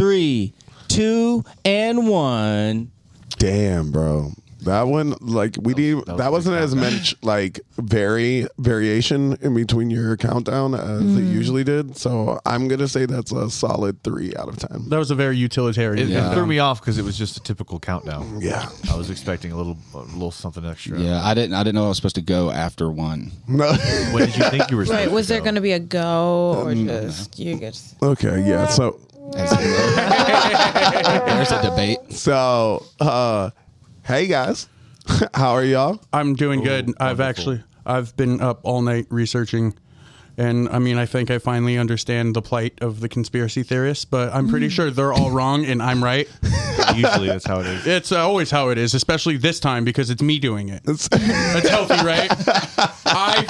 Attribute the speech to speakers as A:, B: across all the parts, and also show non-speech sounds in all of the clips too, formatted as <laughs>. A: three, two, and one.
B: Damn, bro. That one, like, we didn't. That,
C: was a big
B: was not as
C: countdown.
B: much like very variation in between your countdown as it usually did. So I'm gonna say that's a solid three out of ten.
D: That was a very utilitarian.
C: It, it threw me off because it was just a typical countdown.
B: Yeah.
C: I was expecting a little, a little something extra.
E: Yeah, I didn't. I didn't know I was supposed to go after one.
B: No.
C: When did you think you were?
F: Right.
C: supposed
F: Was
C: to
F: there
C: go?
F: going to be a go or
E: Um,
F: just you
B: <laughs>
F: just
B: okay. Yeah. So
E: There's
D: <laughs>
E: a debate.
B: so uh, hey guys, <laughs> how are y'all?
D: I'm doing good. I've actually I've been up all night researching, and I mean I think I finally understand the plight of the conspiracy theorists. But I'm pretty sure they're all wrong and I'm right.
C: Usually that's how it is.
D: It's uh, always how it is, especially this time because it's me doing it. It's, healthy, right? I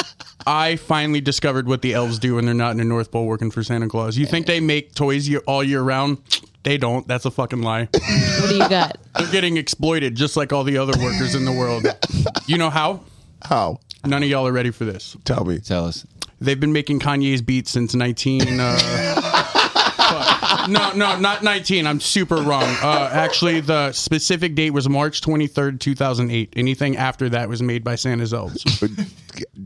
D: I finally discovered what the elves do when they're not in the North Pole working for Santa Claus. You think they make toys year, all year round? They don't. That's a fucking lie.
F: what do you got?
D: They're getting exploited just like all the other workers in the world. You know how?
B: How?
D: None of y'all are ready for this.
B: Tell me.
E: Tell us.
D: They've been making Kanye's beats since 19. Uh, fuck. no, no, not 19. I'm super wrong. Uh, actually, the specific date was March 23rd, 2008. Anything after that was made by Santa's elves.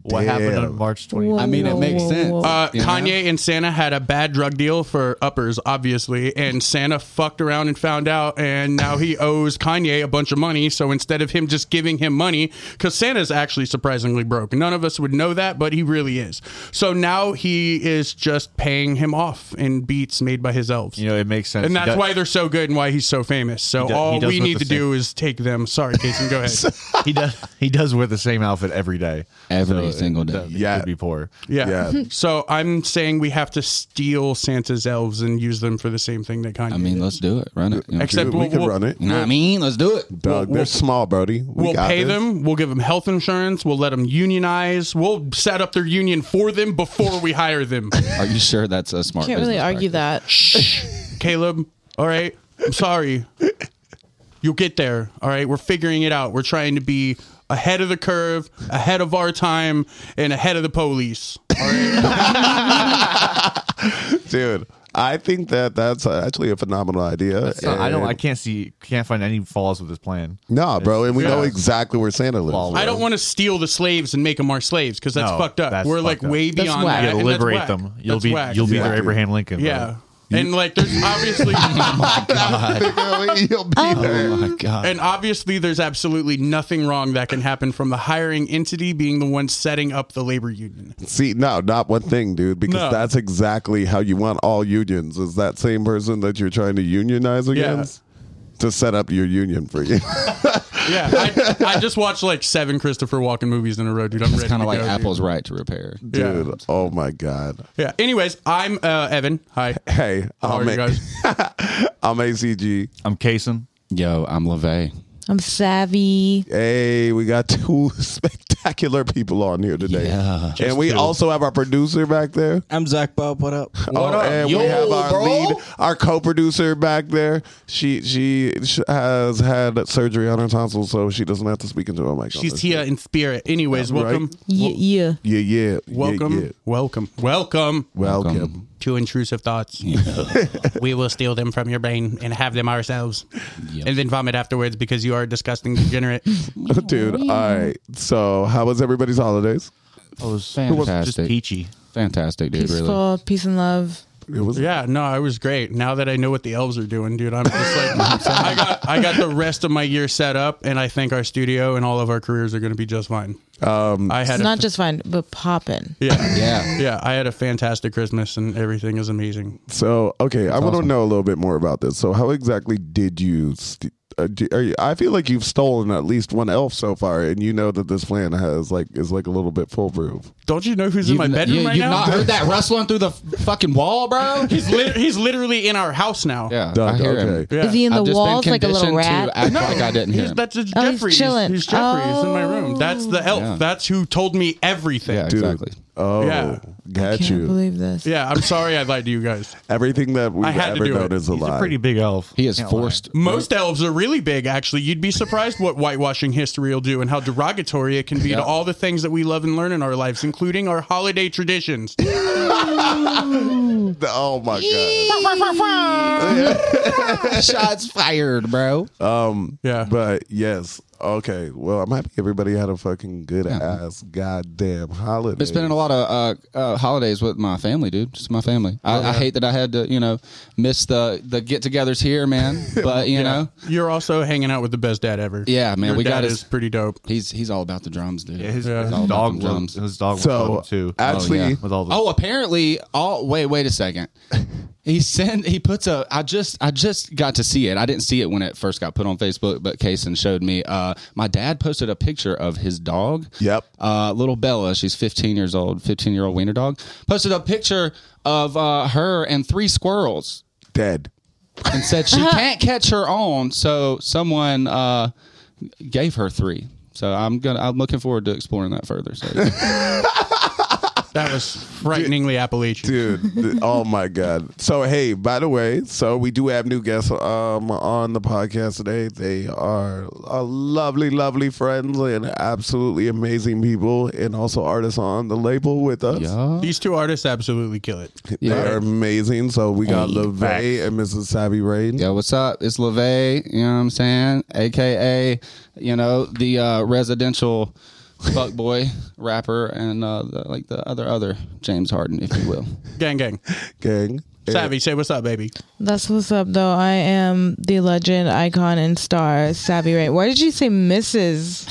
C: What happened
B: Damn.
C: on March 20th?
E: I mean, it makes sense.
D: Uh,
E: You know?
D: Kanye and Santa had a bad drug deal for uppers, obviously, and Santa fucked around and found out, and now he owes Kanye a bunch of money. So instead of him just giving him money, because Santa's actually surprisingly broke. None of us would know that, but he really is. So now he is just paying him off in beats made by his elves.
C: You know, it makes sense.
D: and
C: He
D: that's
C: does-
D: why they're so good and why he's so famous. So
C: does- he
D: all
C: does
D: we
C: with
D: need
C: the
D: to
C: same-
D: do is take them. Sorry, Jason, go ahead.
C: <laughs> he does he does wear the same outfit every day.
E: Every single day.
B: Yeah.
C: Yeah, could be poor.
B: <laughs>
D: Yeah.
B: Yeah.
D: <laughs> so I'm saying we have to steal Santa's elves and use them for the same thing that Kanye.
E: I mean, let's do it. Run it. You know?
D: Except
B: Dude, we
D: we'll-
B: can
D: we'll-
B: run it.
E: You know what I mean, let's do it.
B: Doug, they're small, Brody. We
D: We'll
B: got
D: pay
B: this.
D: them. We'll give them health insurance. We'll let them unionize. We'll set up their union for them before we hire
B: <laughs>
D: them.
E: Are you sure that's a smart?
F: Can't really
E: business
F: argue
E: practice?
F: that.
D: Shh, Caleb. All right. I'm sorry. You'll get there. All right. We're figuring it out. We're trying to be ahead of the curve, ahead of our time, and ahead of the police.
B: dude. I think that that's actually a phenomenal idea.
C: So uh, I don't.
B: And-
C: I can't see. Can't find any flaws with this plan.
B: Nah, bro, and we know
D: Yeah.
B: exactly where Santa lives.
C: Follow.
D: I don't want to steal the slaves and make them our slaves because that's
C: No,
D: fucked up.
C: that's
D: We're
C: fucked
D: like
C: up.
D: way
F: That's
D: beyond
F: whack.
D: that.
C: You
D: and
C: gotta
D: that's
C: liberate
D: whack.
C: them. You'll
D: That's
C: be
D: whack.
C: you'll be
B: Yeah.
C: their Abraham Lincoln. bro.
D: Yeah. And like, there's
C: <laughs>
D: obviously.
B: You'll be
F: Uh,
B: there.
E: Oh my god.
D: And obviously, there's absolutely nothing wrong that can happen from the hiring entity being the one setting up the labor union.
B: See, no, not one thing, dude, because
D: No.
B: that's exactly how you want all unions. Is that same person that you're trying to unionize
D: Yeah.
B: against to set up your union for
D: <laughs>
B: you?
D: Yeah, I, I just watched like seven Christopher Walken movies in a row, dude. I'm ready.
E: it's kind
D: to
E: of like
D: go, dude.
E: Apple's right to repair.
B: dude, oh my god.
D: Yeah. Anyways, I'm uh, Evan.
B: <laughs>
D: Hi.
B: Hey,
D: How are
B: I'm, <laughs>
D: you
B: A-
D: guys?
B: I'm ACG.
C: I'm casing.
E: Yo, I'm Levay.
F: I'm savvy.
B: Hey, we got two <laughs> spectacular people on here today.
E: Yeah.
B: And we also have our producer back there.
A: I'm Zach Bob. What
E: <laughs>
A: up?
B: oh, and we
E: Yo,
B: have our
E: bro.
B: lead, our co-producer back there. She she sh- has had surgery on her tonsils, so she doesn't have to speak into a mic. on
D: She's
B: this
D: here
B: Oh, shit.
D: in spirit. Anyways,
B: Right.
D: welcome.
F: Yeah, yeah.
B: Yeah, yeah. yeah,
D: Welcome,
B: yeah.
D: welcome, welcome
B: Welcome.
E: Welcome.
D: to
B: <laughs>
D: intrusive thoughts. we will steal them from your brain and have them ourselves, and then vomit afterwards because you are a disgusting degenerate.
B: <laughs> dude. All right. So, how was everybody's holidays?
C: Oh, was
E: Fantastic.
C: just peachy.
E: Fantastic, dude. Really.
F: Peaceful, peace and love.
B: It was.
D: Yeah, no, I was great. Now that I know what the elves are doing, dude, I'm just like, <laughs> I got, I got the rest of my year set up, and I think our studio and all of our careers are going to be just fine. Um, I had,
F: It's
D: a,
F: not just fine, but poppin'.
D: yeah,
E: Yeah.
D: yeah, I had a fantastic Christmas, and everything is amazing.
B: So, okay, I want to
E: awesome.
B: know a little bit more about this. So, how exactly did you? St- uh, do, are you, I feel like you've stolen at least one elf so far, and you know that this plan has like is like a little bit foolproof.
D: Don't you know who's
E: You've
D: in my
E: n-
D: bedroom
E: you,
D: right
E: you've
D: now?
E: not heard that rustling through the f- fucking wall, bro?
D: he's, lit- he's literally in our house now.
E: Yeah,
B: Doug,
E: I hear him.
B: okay.
D: Yeah.
F: Is he in the
E: I've just
F: walls
E: been
F: like a little
E: conditioned
F: rat?
E: To act like I didn't hear
D: He's,
E: him.
D: that's just
F: Oh, he's
D: Jeffrey. He's,
F: chilling.
D: Jeffrey. He's in my room. That's the elf.
E: Yeah.
D: That's who told me everything.
E: Oh. yeah, exactly.
B: Oh,
D: Yeah.
B: got
F: Can't
B: you.
F: believe this.
D: Yeah, I'm sorry I lied to you guys.
B: Everything that we've
D: I had to
B: ever
D: do
B: known
D: it.
B: is a
C: He's
B: lie.
C: a pretty big elf.
E: He is
C: Can't lie.
E: forced.
D: Most elves are really big, actually. You'd be surprised what whitewashing history will do and how derogatory it can be to all the things that we love and learn in our lives, including our holiday traditions.
B: <laughs> oh my god.
E: Shots fired, bro. <laughs>
D: Yeah.
B: But yes, okay. Well, I'm happy everybody had a fucking good ass goddamn holiday.
E: Been spending a lot of uh, uh, holidays with my family, dude. Just my family. I, I hate that I had to, you know, miss the the get-togethers here, man. But you know,
D: You're also hanging out with the best dad ever.
E: Yeah, man,
D: Your
E: we
D: dad
E: got his-
D: is pretty dope.
E: he's he's all about the drums, dude.
C: Yeah, his,
D: Yeah.
C: his
E: All about
C: dog
E: them
C: loves
E: drums.
C: his dog
B: So
C: loves him too.
B: actually,
E: Oh, yeah.
C: with all the
E: Oh, apparently, all wait, wait a
C: <laughs>
E: second. He sent. He puts a. I just. I just got to see it. I didn't see it when it first got put on Facebook, but Kason showed me. Uh, my dad posted a picture of his dog.
B: Yep.
E: Uh, little Bella. She's 15 years old. 15 year old wiener dog. Posted a picture of uh, her and three squirrels,
B: dead.
E: and said she can't catch her own. So someone uh, gave her three. So I'm gonna. I'm looking forward to exploring that further. So.
D: That was frighteningly
E: <laughs>
D: Appalachian.
B: dude th- oh my god so hey by the way so we do have new guests um on the podcast today they are uh, lovely lovely friends and absolutely amazing people and also artists on the label with us
C: <laughs>
D: These two artists absolutely kill it.
B: they are amazing so we got LeVay and mrs savvy rain
E: Yo, what's up? It's LeVay, you know what I'm saying? AKA, you know, the uh, residential fuckboy <laughs> rapper and uh, the, like the other other James Harden, if you will. <laughs>
D: Gang, gang.
B: gang
D: Savvy, say what's up, baby.
F: That's what's up, though. I am the legend, icon, and star, Savvy Rain. Why did you
E: <laughs>
F: say Mrs.?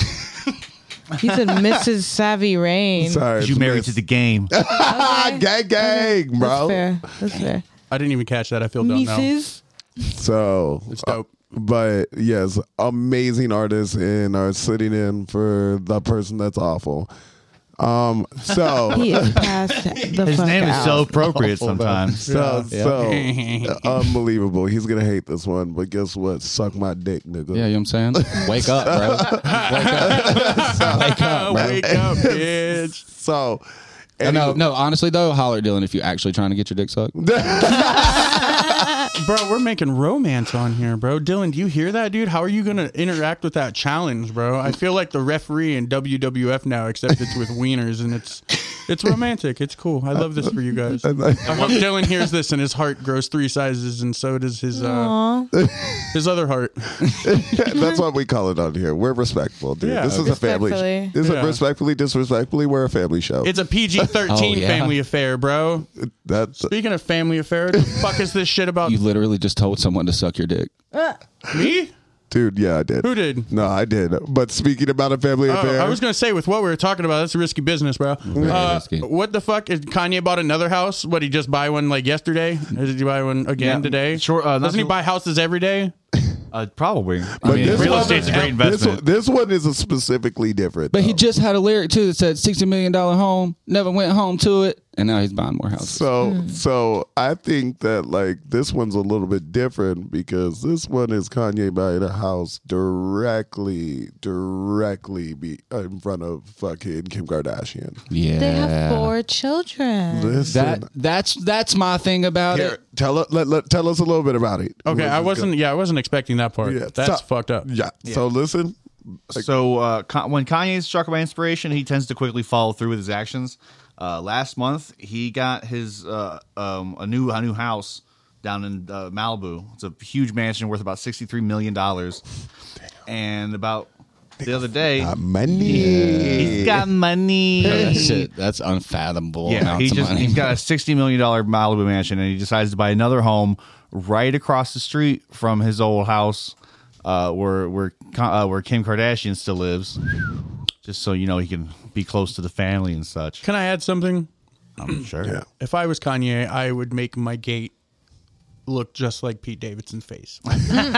F: you said Mrs. Savvy Rain.
B: sorry
C: you married to the game.
B: <laughs> ah, gang gang
F: That's
B: bro
F: fair. That's fair.
D: I didn't even catch that. I feel dumb now.
F: Mrs.
B: so uh,
D: It's dope.
B: but yes, amazing artists and are sitting in for the person that's awful. Um, so
F: <laughs>
C: <laughs>
F: He is past the
C: His
F: fuck
C: name is
F: out.
C: so appropriate sometimes.
B: So, so unbelievable. He's gonna hate this one, but guess what? Suck my dick, nigga.
E: Yeah, you know what I'm saying? <laughs> Wake up, bro. Wake <laughs> up. Wake up, bro.
D: <laughs> Wake up, bitch.
B: So,
E: No, no, no, honestly, though, holler at Dylan if you're actually trying to get your dick sucked.
D: Bro, we're making romance on here, bro. Dylan, do you hear that, dude? How are you going to interact with that challenge, bro? I feel like the referee in WWF now, except it's with wieners and it's it's romantic. It's cool. I love this for you guys. I hope Dylan hears this and his heart grows three sizes and so does his uh,
F: Aw.
D: his other heart.
B: <laughs> that's what we call it on here. We're respectful, dude.
D: Yeah.
B: this is a family.
F: Respectfully.
B: This
D: Yeah.
B: is respectfully, disrespectfully. We're a family show.
D: It's a PG 13
E: Oh, yeah.
D: family affair, bro.
B: that's
D: Speaking of family affair, what the fuck is this shit about
E: You literally just told someone to suck your dick.
D: me?
B: dude. Yeah, I did.
D: Who did?
B: No, I did. But speaking about a family
D: Oh,
B: affair,
D: I was gonna say with what we were talking about, that's risky business, bro. Uh,
E: risky.
D: What the fuck is Kanye bought another house? What he just buy one like yesterday? Or Did he buy one again
C: Yeah,
D: today?
C: sure, uh, not
D: Doesn't he
C: too-
D: buy houses every day?
C: Uh, probably.
B: But this
C: real
B: one-
C: estate's a great
B: this
C: investment.
B: one, this one is a specifically different.
E: But he
B: though.
E: just had a lyric, too, that said $60 million home, never went home to it, and now he's buying more houses.
B: So so I think that like this one's a little bit different because this one is Kanye buying a house directly directly be in front of fucking Kim Kardashian.
E: Yeah.
F: They have four children.
B: Listen,
E: That that's that's my thing about
B: here,
E: it.
B: tell us let, let- tell us a little bit about it.
D: Okay, I wasn't. Yeah, I wasn't expecting that part.
B: Yeah,
D: that's
B: so-
D: fucked up.
B: Yeah. So listen,
C: so uh, Ka- when Kanye is struck by inspiration, he tends to quickly follow through with his actions. Uh, last month, he got his uh, um, a new a new house down in uh, Malibu. It's a huge mansion worth about sixty three million dollars. And about the other day,
B: money.
C: he's got money.
E: that's unfathomable.
C: Yeah, he just
B: <laughs>
C: he's got a sixty million dollar Malibu mansion, and he decides to buy another home right across the street from his old house, uh, where where Ka- uh, where Kim Kardashian still lives. Just so you know, he can be close to the family and such.
D: Can I add something?
C: I'm sure.
B: Yeah.
D: If I was Kanye, I would make my gate look just like Pete
B: <laughs>
D: Davidson's face.
E: Man,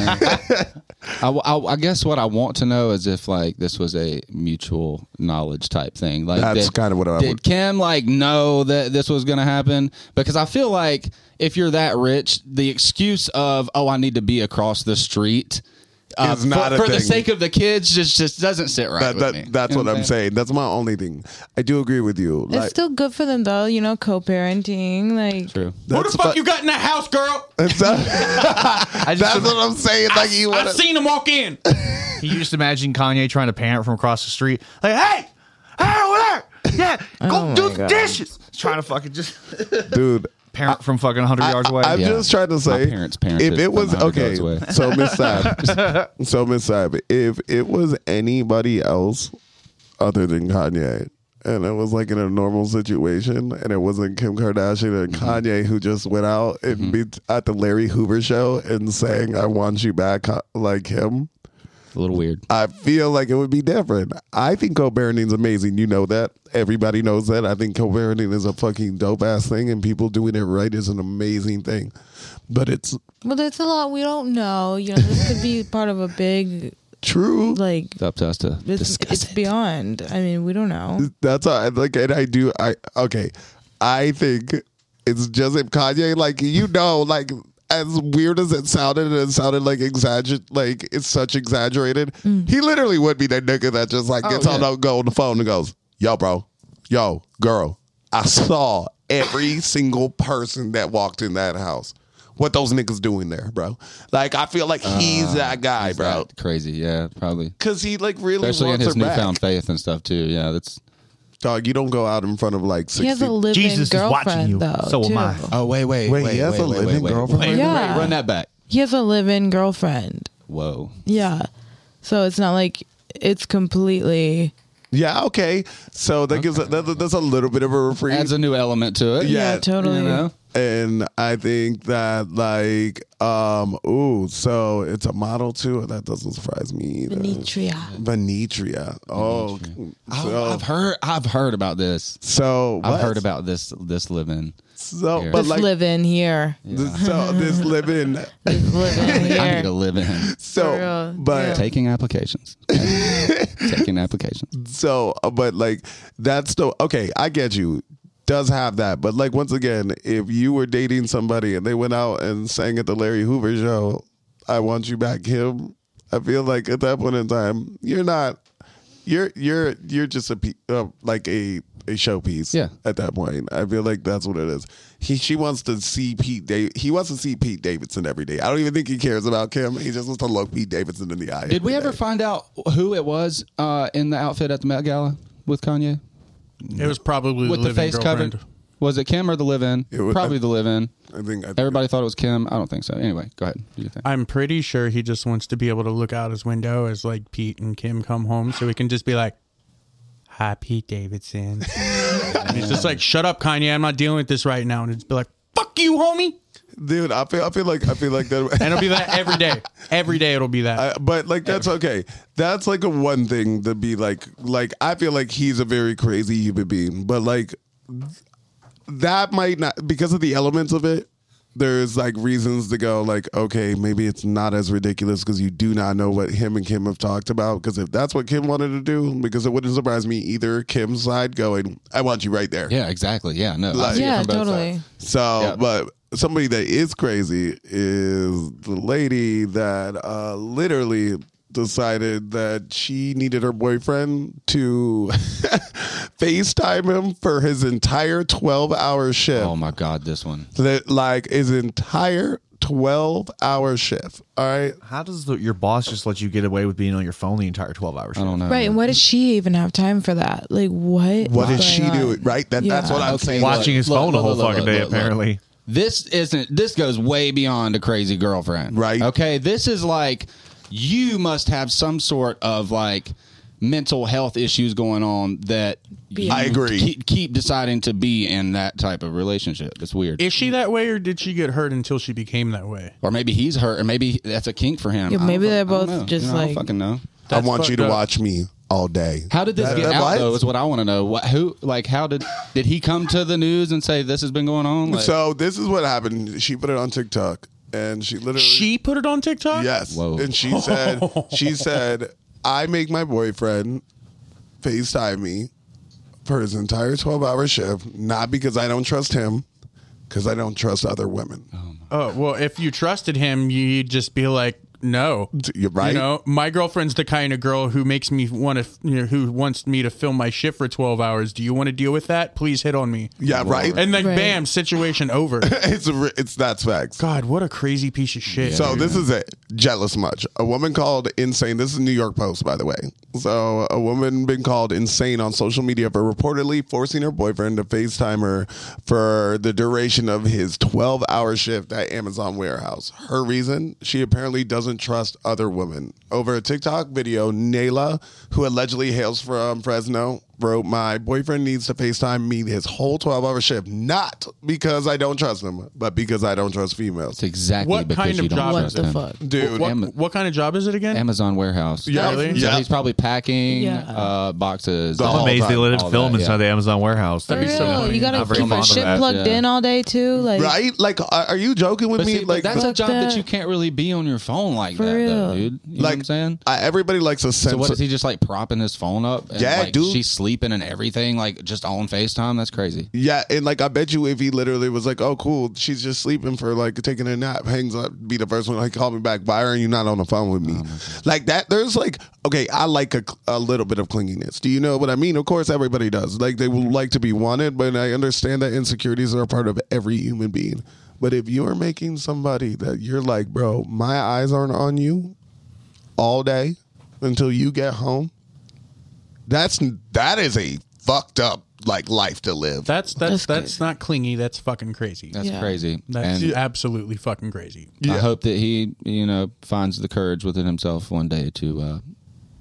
E: I, <laughs> I- I guess what I want to know is if like this was a mutual knowledge type thing. Like
B: That's
E: did-
B: kinda what I
E: did
B: would-
E: Kim like know that this was gonna happen? Because I feel like if you're that rich, the excuse of oh I need to be across the street uh,
B: is not
E: for,
B: a
E: for the
B: thing.
E: sake of the kids just just doesn't sit right
B: That,
E: with
B: that,
E: me.
B: That's
E: You know
B: what I'm saying. That's my only thing. I do agree with you.
F: It's still good for them though, you know, co-parenting. Like,
E: True.
D: What the
B: That's
D: fuck
B: fu-
D: you got in the
B: <laughs>
D: house, girl?
B: It's not-
C: I just,
B: that's what I'm saying. Like you
D: I
B: want
D: seen him walk in.
C: you just imagine Kanye trying to parent from across the street. Like, hey, hey, over there. Yeah,
E: <laughs>
C: go
E: Oh
F: my
C: do the
F: God.
C: dishes. Trying to fucking just
B: dude.
C: parent from fucking 100 yards away.
B: I'm
E: Yeah.
B: just trying to say,
E: parents parented
B: if it
E: from
B: was
E: 100
B: okay,
E: yards away.
B: so Miss Saab, so Miss Saab, if it was anybody else other than Kanye, and it was like in a normal situation, and it wasn't Kim Kardashian and Kanye who just went out and be at the Larry Hoover show and sang "I Want You Back" like him,
E: A little weird.
B: I feel like it would be different. I think co-parenting's amazing. You know that. Everybody knows that. I think co-parenting is a fucking dope ass thing, and people doing it right is an amazing thing. But it's
F: well, it's a lot we don't know. You know, this
E: <laughs>
F: could be part of a big
B: true.
F: like.
E: It's up to us to
F: It's,
E: discuss
F: it's
E: it.
F: beyond. I mean, we don't know.
B: That's all. I- Like, and I do. I okay. I think it's just if Kanye, like you know, like as weird as it sounded, and it sounded like exagger, like it's such exaggerated.
F: Mm.
B: He literally would be that nigga that just
F: Oh,
B: like gets on
E: yeah.
B: the go on the phone and goes, "Yo, bro, yo, girl, I saw every single person that walked in that house." What those niggas doing there, bro? Like, I feel like he's that guy, bro.
E: Ah, That crazy. Yeah, probably.
B: Cause he like really
E: Especially in
B: wants
E: his
B: her back.
E: newfound faith and stuff too. Yeah, that's
B: Dog, you don't go out in front of like sixty.
F: He has a living
C: Jesus is watching
F: girlfriend
C: you.
F: though.
C: So am
F: too.
C: I.
A: Oh wait, wait,
B: Wait, he has a living girlfriend?
E: Wait,
F: Yeah.
E: wait, run that back.
F: He has a live-in girlfriend.
E: Whoa.
F: Yeah, so it's not like it's completely.
B: Yeah, okay. So that gives a, that, that's a little bit of a reprieve,
E: Adds a new element to it.
B: Yeah,
F: Yeah, totally.
E: You know? Oh,
B: and I think that like um ooh, so it's a model too. That doesn't surprise me either.
F: Venetria.
B: Venetria. Oh, so,
E: I- I've heard. I've heard about this.
B: so
E: I've
B: what?
E: heard about this. This live-in.
B: so,
E: here.
B: but
F: This
B: like
F: live-in here.
E: <laughs>
B: this, so this living.
F: This live-in
E: I need a <laughs>
F: here.
E: live-in.
F: For
B: So,
F: real,
B: but
F: yeah.
E: Taking <laughs> applications. Taking applications.
B: so uh, but like that's the okay i get you does have that but like once again if you were dating somebody and they went out and sang at the larry hoover show i want you back him i feel like at that point in time you're not you're you're you're just a pe- uh, like a a showpiece
E: Yeah.
B: at that point i feel like that's what it is he she wants to see pete Dav- he wants to see pete davidson every day i don't even think he cares about kim he just wants to look pete davidson in the eye
E: Did we
B: every
E: ever
B: day.
E: find out who it was uh, in the outfit at the Met Gala with Kanye?
D: It was probably
E: With the
D: the living
E: face
D: girlfriend.
E: covered? Was it Kim or the live-in?
B: It was-
E: Probably the live-in.
B: i think I think-
E: Everybody thought it was Kim. I don't think so. Anyway, go ahead. Do your thing.
D: I'm pretty sure he just wants to be able to look out his window as like Pete and Kim come home, so he can just be like, "Hi, Pete Davidson." and he's just like, "Shut up, Kanye. I'm not dealing with this right now." And it's be like, "Fuck you, homie."
B: dude i feel i feel like i feel
E: <laughs>
B: like that
D: And it'll be that every day. Every day it'll be that.
B: I- but like that's okay. That's like a one thing to be like like I feel like he's a very crazy human being, but like that might not because of the elements of it. There's like reasons to go like okay maybe it's not as ridiculous because you do not know what him and Kim have talked about because if that's what Kim wanted to do because it wouldn't surprise me either Kim's side going I want you right there
E: Yeah, exactly. Yeah, no. I
B: Like-
E: see it
F: Yeah,
E: from both
F: totally.
E: sides.
B: so,
E: Yeah.
B: but somebody that is crazy is the lady that uh, literally decided that she needed her boyfriend to <laughs> FaceTime him for his entire 12 hour shift.
E: Oh my God, this one.
B: That, like his entire 12 hour shift. All right.
C: How does the, your boss just let you get away with being on your phone the entire 12 hours?
E: I don't know.
F: Right, and what does she even have time for that? Like, what?
B: What
F: is
B: did she
F: going on?
B: do? Right. That, That's
F: Yeah.
B: what I'm
E: Okay,
B: saying.
E: look,
C: Watching his
E: look,
C: phone the
E: look,
C: whole
E: look,
C: fucking
E: look,
C: day,
E: look, look.
C: apparently.
E: This isn't. This goes way beyond a crazy girlfriend,
B: Right.
E: Okay, this is like you must have some sort of like mental health issues going on that you
B: I agree.
E: Keep, keep deciding to be in that type of relationship. It's weird.
D: Is she that way, or did she get hurt until she became that way?
E: or maybe he's hurt, or maybe that's a kink for him. I
F: Yeah,
E: don't
F: maybe
E: fuck-
F: they're
E: I don't
F: both
E: know.
F: just
E: You know, I don't
F: like-
E: fucking know.
B: I
D: That's
B: want you to
D: fucked up.
B: watch me all day.
E: How did this
B: That-
E: get
B: that-
E: out
B: what?
E: though? Is what I want to know. What, who, like, how did did he come to the news and say this has been going on? Like,
B: So, this is what happened. She put it on TikTok and she literally.
D: She put it on TikTok.
B: Yes.
E: Whoa.
B: And she
D: <laughs>
B: said, she said, I make my boyfriend FaceTime me for his entire 12 hour shift, not because I don't trust him, because I don't trust other women.
D: Oh well, if you trusted him, you'd just be like, No,
B: You're right.
D: You know, my girlfriend's the kind of girl who makes me want to, you know, who wants me to film my shit for twelve hours. Do you want to deal with that? Please hit on me.
B: Yeah, right.
D: And then,
F: Right.
D: bam, situation over.
B: <laughs> it's a, re- it's that's facts.
D: God, what a crazy piece of shit.
B: So this is it. Jealous much. A woman called insane. This is New York Post, by the way. So a woman been called insane on social media for reportedly forcing her boyfriend to FaceTime her for the duration of his 12 hour shift at Amazon warehouse. Her reason? She apparently doesn't trust other women. Over a TikTok video, Nayla, who allegedly hails from Fresno, wrote, My boyfriend needs to FaceTime me his whole 12 hour shift, not because I don't trust him, but because I don't trust females.
E: It's exactly
D: What
E: because
D: kind
E: you
D: of
E: don't
D: job
E: trust
F: What the
E: him.
F: fuck?
B: Dude,
D: what,
E: Am-
D: what kind of job is it
E: <laughs>
D: again?
E: Amazon warehouse.
B: Yeah,
D: Really?
E: So
B: yeah.
E: he's probably packing
F: Yeah.
E: uh, boxes.
B: The
E: all
B: whole
E: that,
B: Amazing
C: Amazed they let
E: all
C: it film
E: that,
C: inside
E: yeah.
C: the Amazon warehouse.
D: That'd be
F: For
D: so
F: real,
D: funny.
F: you
C: Not
F: gotta
C: very
F: keep
C: fond
F: your
C: of
F: shit
C: that,
F: plugged
E: yeah.
F: in all day too. Like,
B: right? Like, are are you joking with
E: But
B: me?
E: see, but
B: like,
E: that's a
F: Fuck
E: job that.
F: that.
E: you can't really be on your phone like
F: For
E: that, though,
F: real.
E: dude. You know what
B: like
E: I'm saying?
B: I- everybody likes a sense.
E: So what
B: of-
E: is he just like propping his phone up? And,
B: Yeah,
E: like,
B: dude.
E: She's sleeping and everything, like just on FaceTime. That's crazy.
B: yeah, and like, I bet you, if he literally was like, "Oh, cool, she's just sleeping for like taking a nap," hangs up, be the first one like, "Call me back." Why are you not on the phone with me? like that. There's like, okay, I like a, cl- a little bit of clinginess. Do you know what I mean? Of course, everybody does. Like, they would like to be wanted, but I understand that insecurities are a part of every human being. But if you are making somebody that you're like, bro, my eyes aren't on you all day until you get home. That's that is a fucked up like life to live.
D: That's
F: That's
D: that's that's not clingy. That's fucking crazy.
E: That's
F: Yeah.
E: crazy.
D: That's
E: and
D: absolutely fucking crazy.
E: I hope that he, you know, finds the courage within himself one day to uh,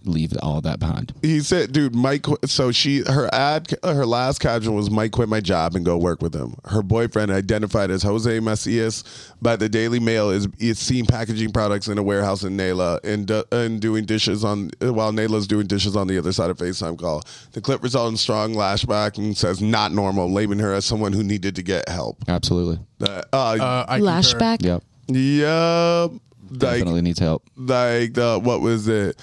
E: leave all that behind.
B: he said, dude, Mike. qu- So she, her ad, her last caption was, "Mike quit my job and go work with him." Her boyfriend, identified as Jose Macias by the Daily Mail, is is seen packaging products in a warehouse in Nayla and do- and doing dishes on while Nayla's doing dishes on the other side of FaceTime call. The clip resulted in strong lashback and says, "Not normal," labeling her as someone who needed to get help.
E: Absolutely.
B: Uh, uh,
D: Uh, I concur.
F: Lashback.
E: Yep.
B: yeah, like
E: Definitely needs help.
B: like the what was it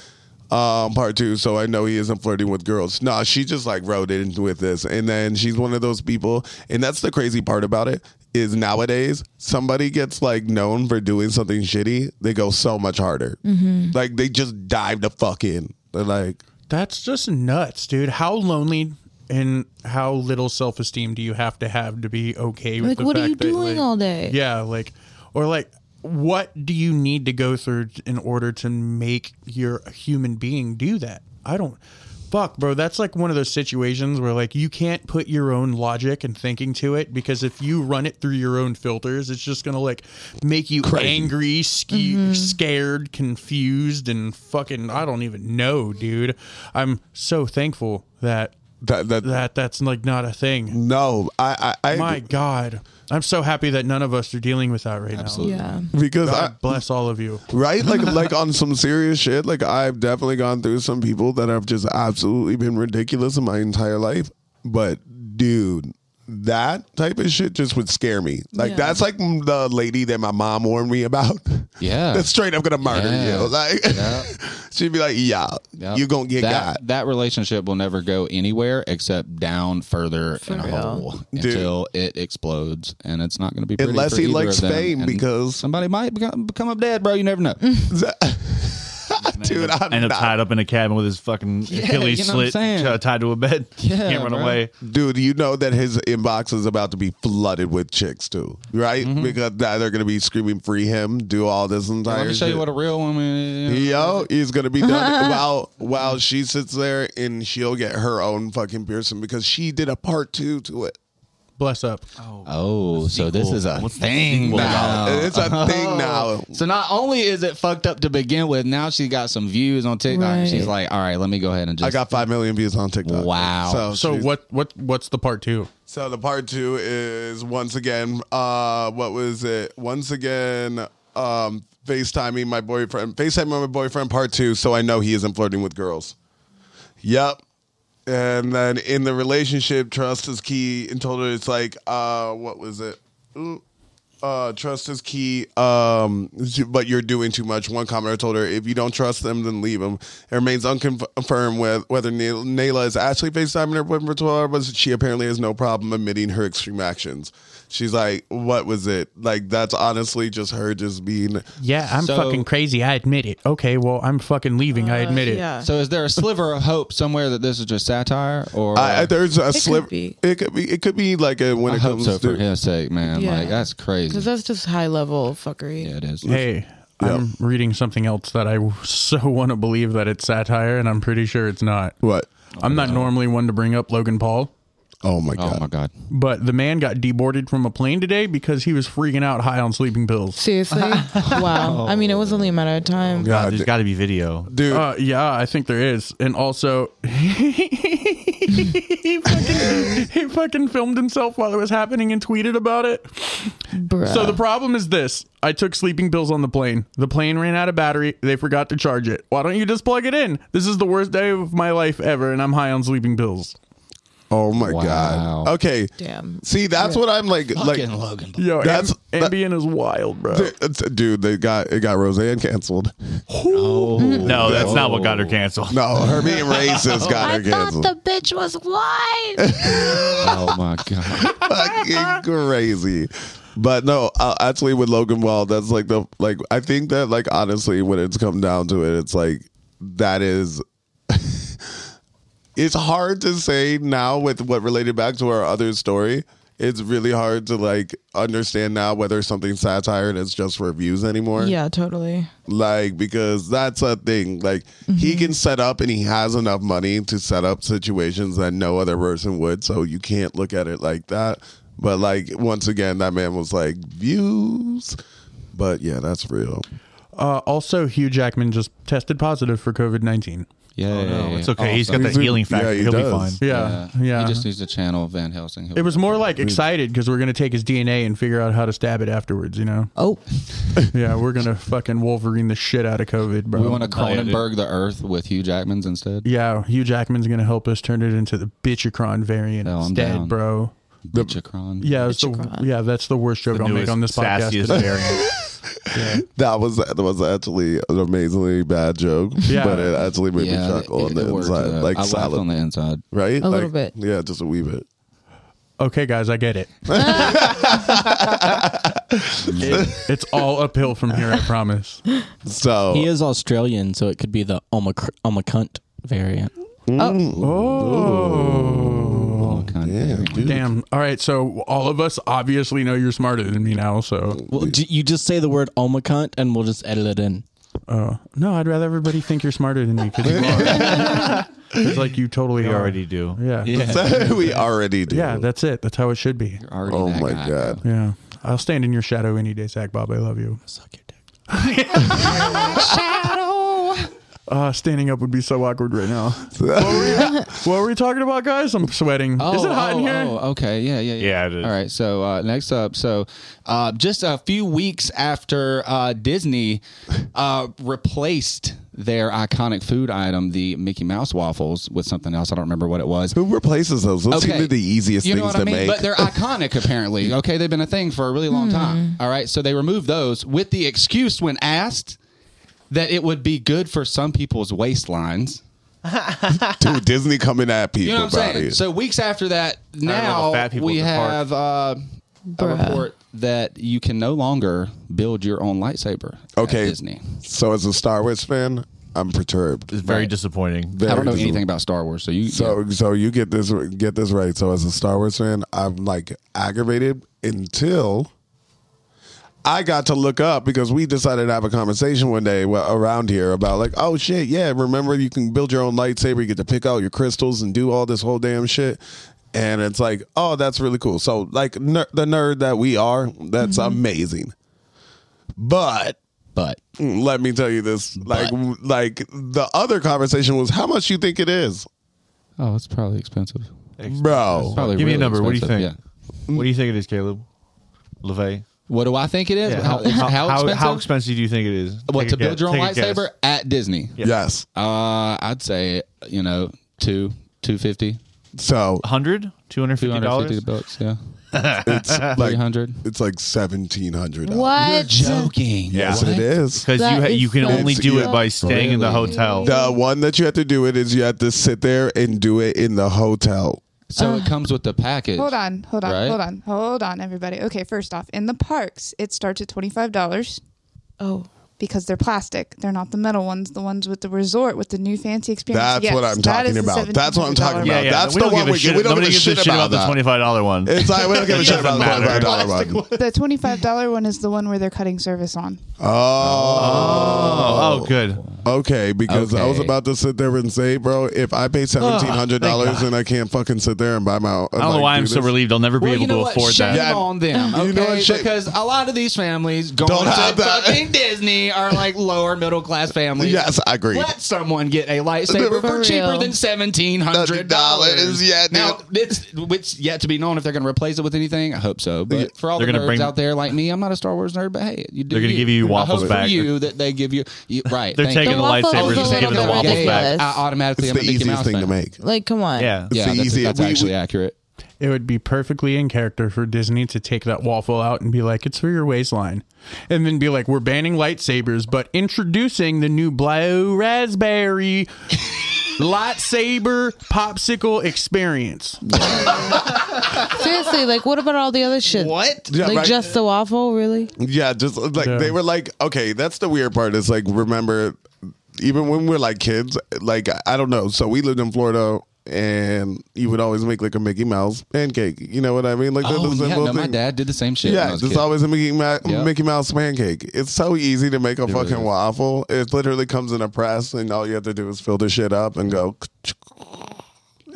B: um part two so i know he isn't flirting with girls nah she just like wrote in with this and then she's one of those people and that's the crazy part about it is nowadays somebody gets like known for doing something shitty they go so much harder like they just dive the fuck in they're like
D: That's just nuts, dude. How lonely and how little self esteem do you have to have to be okay with
F: Like,
D: the
F: what are
D: fact
F: you
D: that,
F: doing
D: like-
F: all day?
D: Yeah, like, or like, what do you need to go through in order to make your human being do that? I don't. Fuck, bro. That's like one of those situations where like you can't put your own logic and thinking to it because if you run it through your own filters, it's just gonna like make you angry, ske- scared, confused, and fucking. I don't even know, dude. I'm so thankful that
B: that that,
D: that that's like not a thing.
B: no i i, I
D: My God. I'm so happy that none of us are dealing with that right now.
F: Yeah.
B: because I,
D: God bless all of you.
B: right
E: <laughs>
B: like like on some serious shit like i've definitely gone through some people that have just absolutely been ridiculous in my entire life but dude that type of shit just would scare me like
F: Yeah.
B: that's like the lady that my mom warned me about
E: Yeah.
B: that's straight up gonna murder
E: Yeah.
B: you like <laughs> she'd be like yeah
E: Yep.
B: you gonna get
E: that,
B: got
E: That relationship will never go anywhere except down further in a
F: real.
E: hole
B: Dude.
E: until it explodes, and it's not going to be pretty
B: Unless
E: for
B: he
E: either
B: likes
E: of them,
B: fame,
E: and
B: because-
E: somebody might become, become up dead, bro. You never
F: <laughs>
E: know.
B: dude i'm
C: End up
B: not-
C: tied up in a cabin with his fucking
E: <laughs>
C: Achilles
E: you know what I'm
C: slit
E: saying.
C: uh, tied to a bed.
E: <laughs> Yeah,
C: Can't run
E: bro.
C: away.
B: dude you know that his inbox is about to be flooded with chicks too right because now they're gonna be screaming free him do all this entire
E: Mm-hmm. Let me show
B: shit.
E: you what a real woman. is.
B: Yo, he's gonna be done while while she sits there and she'll get her own fucking piercing because she did a part two to it.
D: Bless up.
E: Oh, so this is a
C: What's the
E: thing
C: sequel?
E: now.
B: Now, it's a thing now.
E: So not only is it fucked up to begin with, now she's got some views on TikTok. and
F: Right.
E: She's like, all right, let me go ahead and just.
B: I got five million views on TikTok.
E: Wow.
B: So,
D: So
B: she's-
D: what what what's the part two?
B: So the part two is once again. Uh, what was it? Once again. Um, FaceTiming my boyfriend. FaceTiming my boyfriend part two, so I know he isn't flirting with girls. Yep. And then in the relationship, trust is key. And told her it's like, uh, what was it? Ooh, Uh, trust is key, um, but you're doing too much. One commenter told her, if you don't trust them, then leave them. It remains unconfirmed with whether Nay- Nayla is actually FaceTiming her boyfriend for 12 hours, but she apparently has no problem admitting her extreme actions. She's like, what was it? Like, that's honestly just her just being.
D: Yeah, I'm
E: So-
D: fucking crazy. I admit it. Okay, well, I'm fucking leaving. I admit it.
F: Uh, Yeah.
E: So is there a sliver of hope somewhere that this is just satire or
B: I, I- there's a slip.
F: be.
B: It could be. It could be like a, when
E: I
B: it
E: hope
B: comes
E: so for
B: to.
E: his sake, man.
F: Yeah.
E: Like that's crazy.
F: Because that's just high level fuckery.
E: yeah, it is.
D: Hey, I'm reading something else that I <laughs> so want to believe that it's satire, and I'm pretty sure it's not.
B: What?
D: I'm not normally one to bring up Logan Paul,
B: Oh my
E: Oh
B: god!
E: my god.
D: but the man got deboarded from a plane today because he was freaking out high on sleeping pills. <laughs>
F: Seriously? wow. I mean, it was only a matter of time.
B: God,
C: there's got to be video.
B: dude.
D: Uh, yeah, I think there is, and also <laughs> he, fucking, he fucking filmed himself while it was happening and tweeted about it.
F: Bruh.
D: So the problem is this: I took sleeping pills on the plane. The plane ran out of battery. They forgot to charge it. Why don't you just plug it in? This is the worst day of my life ever, and I'm high on sleeping pills.
B: oh my
E: Wow.
B: god. Okay.
F: Damn.
B: See, that's what I'm like. Like,
E: Fucking Logan Paul.
D: Yo,
B: That's-
D: Am-
B: that-
D: Ambien is wild, bro.
B: Dude, dude, they got it got Roseanne canceled.
C: No, that's not what got her
B: <laughs>
C: canceled.
B: No, her being racist got her canceled.
F: bitch was white.
E: <laughs> Oh my god.
B: Fucking crazy. But no, uh, actually, with Logan Paul, that's like the like. I think that like honestly, when it's come down to it, it's like that is. <laughs> it's hard to say now with what related back to our other story. It's really hard to like understand now whether something's satire and it's just for views anymore.
F: yeah, totally.
B: like because that's a thing like
E: Mm-hmm.
B: he can set up and he has enough money to set up situations that no other person would so you can't look at it like that but like once again that man was like views but yeah that's real
D: Uh, also, Hugh Jackman just tested positive for COVID nineteen.
E: Yeah. Oh,
C: No, it's okay. He's got that
B: He's a-
C: healing factor.
B: yeah, he
C: He'll be
B: does.
C: fine.
D: Yeah, yeah.
E: He just needs to channel Van Helsing. He'll
D: it was more
C: Mm.
D: like excited because we're gonna take his DNA and figure out how to stab it afterwards. You know?
F: Oh.
D: <laughs> Yeah, we're gonna fucking Wolverine the shit out of COVID, bro.
E: we want to
C: yeah, dude.
E: Cronenberg the Earth with Hugh Jackman's instead.
D: yeah, Hugh Jackman's gonna help us turn it into the Bitchicron variant
E: No, I'm
D: instead,
E: down.
D: bro.
E: Bitch, a Cron.
D: Yeah, it's the-
F: Bitchicron.
D: yeah, that's the worst joke I'll make
C: Newest,
D: on this
C: sassiest
D: podcast. <laughs> today.
C: variant.
B: that was that was actually an amazingly
E: <laughs>
B: bad joke
D: Yeah.
B: but it actually made me chuckle on the
E: worked,
B: inside
E: uh,
B: like
E: I laughed
B: salad
E: on the inside.
B: right
F: A
B: like,
F: little bit.
B: yeah just a wee bit
D: Okay, guys,
E: <laughs>
D: I get it. It- It's all uphill from here, I promise.
B: so
A: He is Australian, so it could be the Omic- Omicunt variant.
E: Oh, kind of
B: yeah,
E: thing.
B: dude.
D: Damn. All right, so all of us obviously know you're smarter than me now, so
A: Well, d- you just say the word Omicunt, and we'll just edit it in.
D: no, I'd rather everybody think you're smarter than me because you are. it's like you totally
C: We
D: are.
C: already do.
D: Yeah. yeah.
B: <laughs> we already do
D: that's it. That's how it should be.
E: Already
B: oh
E: that
B: my
E: guy.
B: god
D: Yeah. I'll stand in your shadow any day, Zach Bob. I love you.
A: Suck your dick.
D: Uh, standing up would be so awkward right now. what, were we, what were we talking about, guys? I'm sweating.
E: Oh,
D: Is it hot
E: oh,
D: in here?
E: Oh, okay. Yeah, yeah, yeah.
C: Yeah, it is.
E: All right. So uh, next up, so uh, just a few weeks after uh, Disney uh, replaced their iconic food item, the Mickey Mouse waffles, with something else. I don't remember what it was.
B: who replaces those those seem to be the easiest
E: You know
B: things
E: what I
B: to
E: mean?
B: make
E: But they're iconic, apparently. Okay, they've been a thing for a really long time. All right, so they removed those with the excuse when asked that it would be good for some people's waistlines.
B: Dude, Disney coming at people
E: You know what I'm
B: about
E: saying?
B: it.
E: So weeks after that,
C: know
E: now
C: the fat people
E: we
C: at the park.
E: have uh, a
F: Bruh.
E: report that you can no longer build your own lightsaber. at
B: okay.
E: Disney.
B: So as a Star Wars fan, I'm perturbed.
C: It's very
E: Right.
C: disappointing.
E: I don't know
B: Very
E: anything about Star Wars, so you.
B: So so you get this get this right. So as a Star Wars fan, I'm like aggravated until I got to look up because we decided to have a conversation one day wa- around here about like, oh shit, yeah, remember you can build your own lightsaber, you get to pick out your crystals and do all this whole damn shit. And it's like, oh, that's really cool. So like ner- the nerd that we are, that's amazing. But mm,
E: but
B: let me tell you this like w like the other conversation was how much you think it is
E: oh, it's probably expensive.
B: bro
E: Probably
C: Give me
E: really
C: a number. What do you
E: expensive,
C: think?
E: yeah.
C: What do you think it is, Caleb? LeVay?
E: What do I think it is? How, how, expensive?
C: how expensive do you think it is?
E: what
C: Take
E: to
C: a
E: build
C: guess.
E: your own
C: Take a guess.
E: lightsaber at Disney?
B: yes
E: Uh, I'd say you know two two fifty.
C: <laughs>
B: so
C: 100 250
E: 250
C: dollars
E: bucks, yeah.
B: it's like
E: 300.
B: it's like 1700
F: What?
E: Joking.
B: yes it is
C: because you
F: That
C: ha-
F: is
C: you can
F: so
C: only do it
F: cheap.
C: by staying in the
E: Really?
C: hotel.
B: the one that you have to do it is you have to sit there and do it in the hotel
E: So it comes with the package.
G: Hold on, hold on,
E: Right?
G: hold on, hold on, everybody. Okay, first off, in the parks, it starts at twenty five dollars
F: Oh,
G: because they're plastic. They're not the metal ones. The ones with the resort with the new fancy experience.
B: That's
G: Yes,
B: what I'm
G: that
B: talking
G: is the
B: about. That's what I'm talking
G: $1,700
B: about. That's the one we give- we don't
C: Nobody
B: give a
C: gives a
B: shit
C: shit about
B: about
C: the
B: that.
C: twenty-five dollar one.
B: It's like we don't
C: <laughs>
B: give a shit about the
C: Doesn't
B: twenty-five
C: matter.
B: dollar one.
G: The twenty five dollar one is the one where they're cutting service on.
B: Oh,
C: Oh, oh, good.
B: okay. Because I was
E: Okay.
B: about to sit there and say, bro, if I pay seventeen hundred dollars and I can't fucking sit there and buy my, own,
C: I don't know why I'm so relieved. I'll never be able to afford
E: Shame
C: that.
B: Yeah.
E: on them. Okay?
B: You know what? Shame-
E: Because a lot of these families going
B: Don't
E: to
B: have that.
E: fucking Disney are like lower middle class families.
B: Yes, I agree.
E: Let someone get a lightsaber for,
B: For
E: cheaper
F: real.
E: than seventeen hundred
B: $1,700,
E: dollars.
B: yeah,
E: now
B: dude.
E: it's it's yet to be known if they're going to replace it with anything. I hope so. But for all
C: They're
E: the
C: gonna
E: nerds
C: bring-
E: out there like me, I'm not a Star Wars nerd, but hey, you do.
C: They're gonna give you
E: I
C: waffles
E: hope
C: back.
E: For you that they give you, you
C: <laughs>
E: right.
C: They're
E: thank
C: taking
E: you.
C: the
F: waffles
E: Oh,
C: lightsabers
E: you
F: is
C: and
F: a
E: said
C: giving
F: little
C: the
E: I'm gonna- yeah,
C: waffles
F: bit
E: yeah, yeah.
C: back.
F: ridiculous.
E: I automatically
B: It's
E: am
B: the
E: a Mickey
B: easiest
E: Mouse
B: thing
E: fan.
B: to make.
F: like come on.
C: Yeah.
E: Yeah,
B: It's
E: that's,
B: easy.
E: that's
B: We-
E: actually
B: we-
E: accurate.
D: It would be perfectly in character for Disney to take that waffle out and be like, it's for your waistline. And then be like, we're banning lightsabers, but introducing the new Blue
E: <laughs>
D: Raspberry lightsaber popsicle experience.
F: Seriously, like what about all the other shit?
C: What?
B: Yeah,
F: like
B: right.
F: just the waffle, really?
B: Yeah, just uh, like
D: Yeah.
B: they were like, okay, that's the weird part. Is like, remember, even when we were like kids, like I don't know. So we lived in Florida, and you would always make like a Mickey Mouse pancake. You know what I mean? Like,
E: Oh,
B: that's a
E: yeah,
B: simple
E: no, my
B: thing.
E: dad did the same shit. when I
B: Yeah,
E: was a
B: there's
E: kid.
B: always a Mickey, Ma-
E: Yeah.
B: Mickey Mouse pancake. It's so easy to make a
E: really
B: fucking
E: is.
B: waffle. It literally comes in a press, and all you have to do is fill the shit up and go,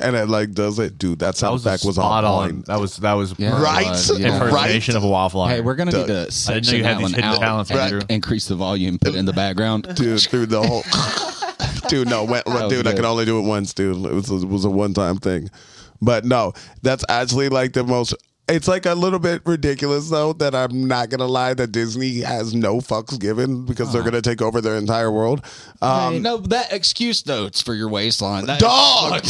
B: and it like does it, dude. That
C: That
B: sound
C: was
B: effect was
C: spot
B: on
C: on.
B: point.
C: That was that was
E: Yeah.
C: perfect.
B: Right,
E: Uh, yeah.
B: right.
C: impersonation of a waffle.
E: Hey,
C: iron.
E: we're gonna
B: Duh.
E: need to
C: I didn't know
E: section
C: you had
E: that
C: these
E: one
C: hidden
E: out
C: talents,
E: and
C: Andrew.
E: increase the volume, put it in the background.
B: dude through the
F: <laughs>
B: whole dude no went,
E: was
B: dude i
E: good.
B: can only do it once dude it was, it was a one-time thing but no that's actually like the most it's like a little bit ridiculous though that i'm not gonna lie that disney has no fucks given because
E: Uh-huh.
B: they're gonna take over their entire world um <laughs>
E: no, that excuse though, it's for your waistline. That
B: dog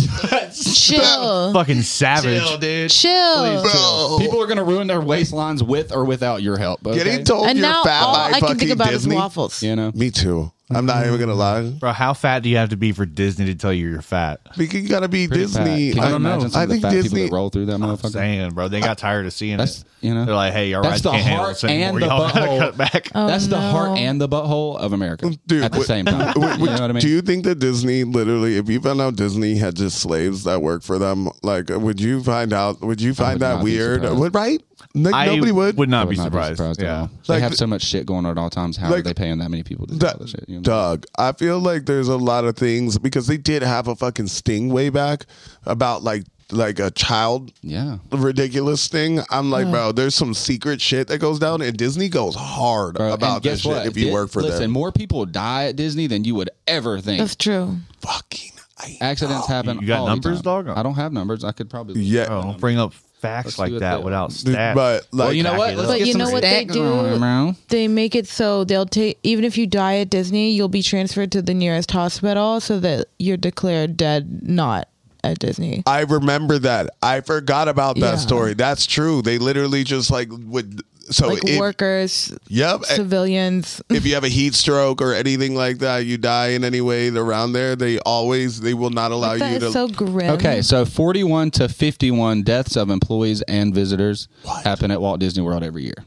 F: Chill,
C: fucking savage.
E: chill, dude.
F: chill.
B: bro
E: People are gonna ruin their waistlines with or without your help. Okay?
B: getting told
F: And
B: you're
F: now
B: fat
F: all
B: by
F: I can
B: fucking
F: think about
B: disney
F: is waffles.
E: you know.
B: me too i'm not even gonna
E: Mm-hmm.
B: lie
C: Bro, how fat do you have to be for Disney to tell you you're fat?
B: because you gotta be disney
E: Can you
B: I-
E: imagine some
B: i
E: of the
B: think
E: fat people
B: disney
E: that roll through that motherfucker?
C: Saying, bro, they got tired of seeing
E: That's-
C: it.
E: you know,
C: they're like, hey, all
E: that's
C: right,
E: the
C: can't handle
E: heart
C: this anymore.
E: and the
C: Y'all gotta
E: butthole.
C: cut back.
E: That's the
F: no.
E: heart and the butthole of America
B: Oh, Dude,
E: at the
B: <laughs> what-
E: same time. you know
B: Would-
E: what I mean?
B: Do you think that Disney literally, if you found out Disney had just slaves that work for them, like would you find out? Would you find
E: would
B: that
E: not be
B: weird?
E: surprised.
B: Would right? Like,
C: I
B: nobody would.
E: I
C: would not
E: would
C: be
E: not
C: surprised.
E: at
C: yeah.
E: all. They
B: Like
E: have
B: the-
E: so much shit going on at all times. How are
B: like-
E: they paying that many people to do
B: That-
E: all this shit? You know?
B: Doug, I feel like there's a lot of things because they did have a fucking sting way back about like like a child
E: Yeah.
B: ridiculous thing. I'm like, bro, there's some secret shit that goes down, and Disney goes hard
E: Bro, and
B: about this
E: guess what?
B: shit if you
E: Di-
B: work for
E: listen,
B: them.
E: more people die at Disney than you would ever think.
F: That's true.
B: Fucking, I-
E: Accidents happen.
C: Oh, You got
E: all the
C: numbers,
E: time.
C: dog?
E: I don't have numbers. I could probably.
B: yeah,
C: Bro, don't bring up facts
E: Let's do
C: like
E: it
C: that
E: there.
C: without stats.
B: but like,
E: Oh, Well, you know what?
C: Pack it
E: Let's
C: up.
E: get
F: But you
E: some
F: know what they
E: stats
F: do?
E: going, bro.
F: They make it so they'll take even if you die at Disney, you'll be transferred to the nearest hospital so that you're declared dead not at Disney.
B: I remember that. I forgot about that
F: Yeah.
B: story. That's true. They literally just like would so
F: Like
B: if,
F: workers,
B: Yep.
F: civilians.
B: if you have a heat stroke or anything like that, you die in any way around there. They always they will not allow
F: That
B: you
F: is
B: to.
F: so grim.
E: Okay, so 41 to 51 deaths of employees and visitors happen at Walt Disney World every year.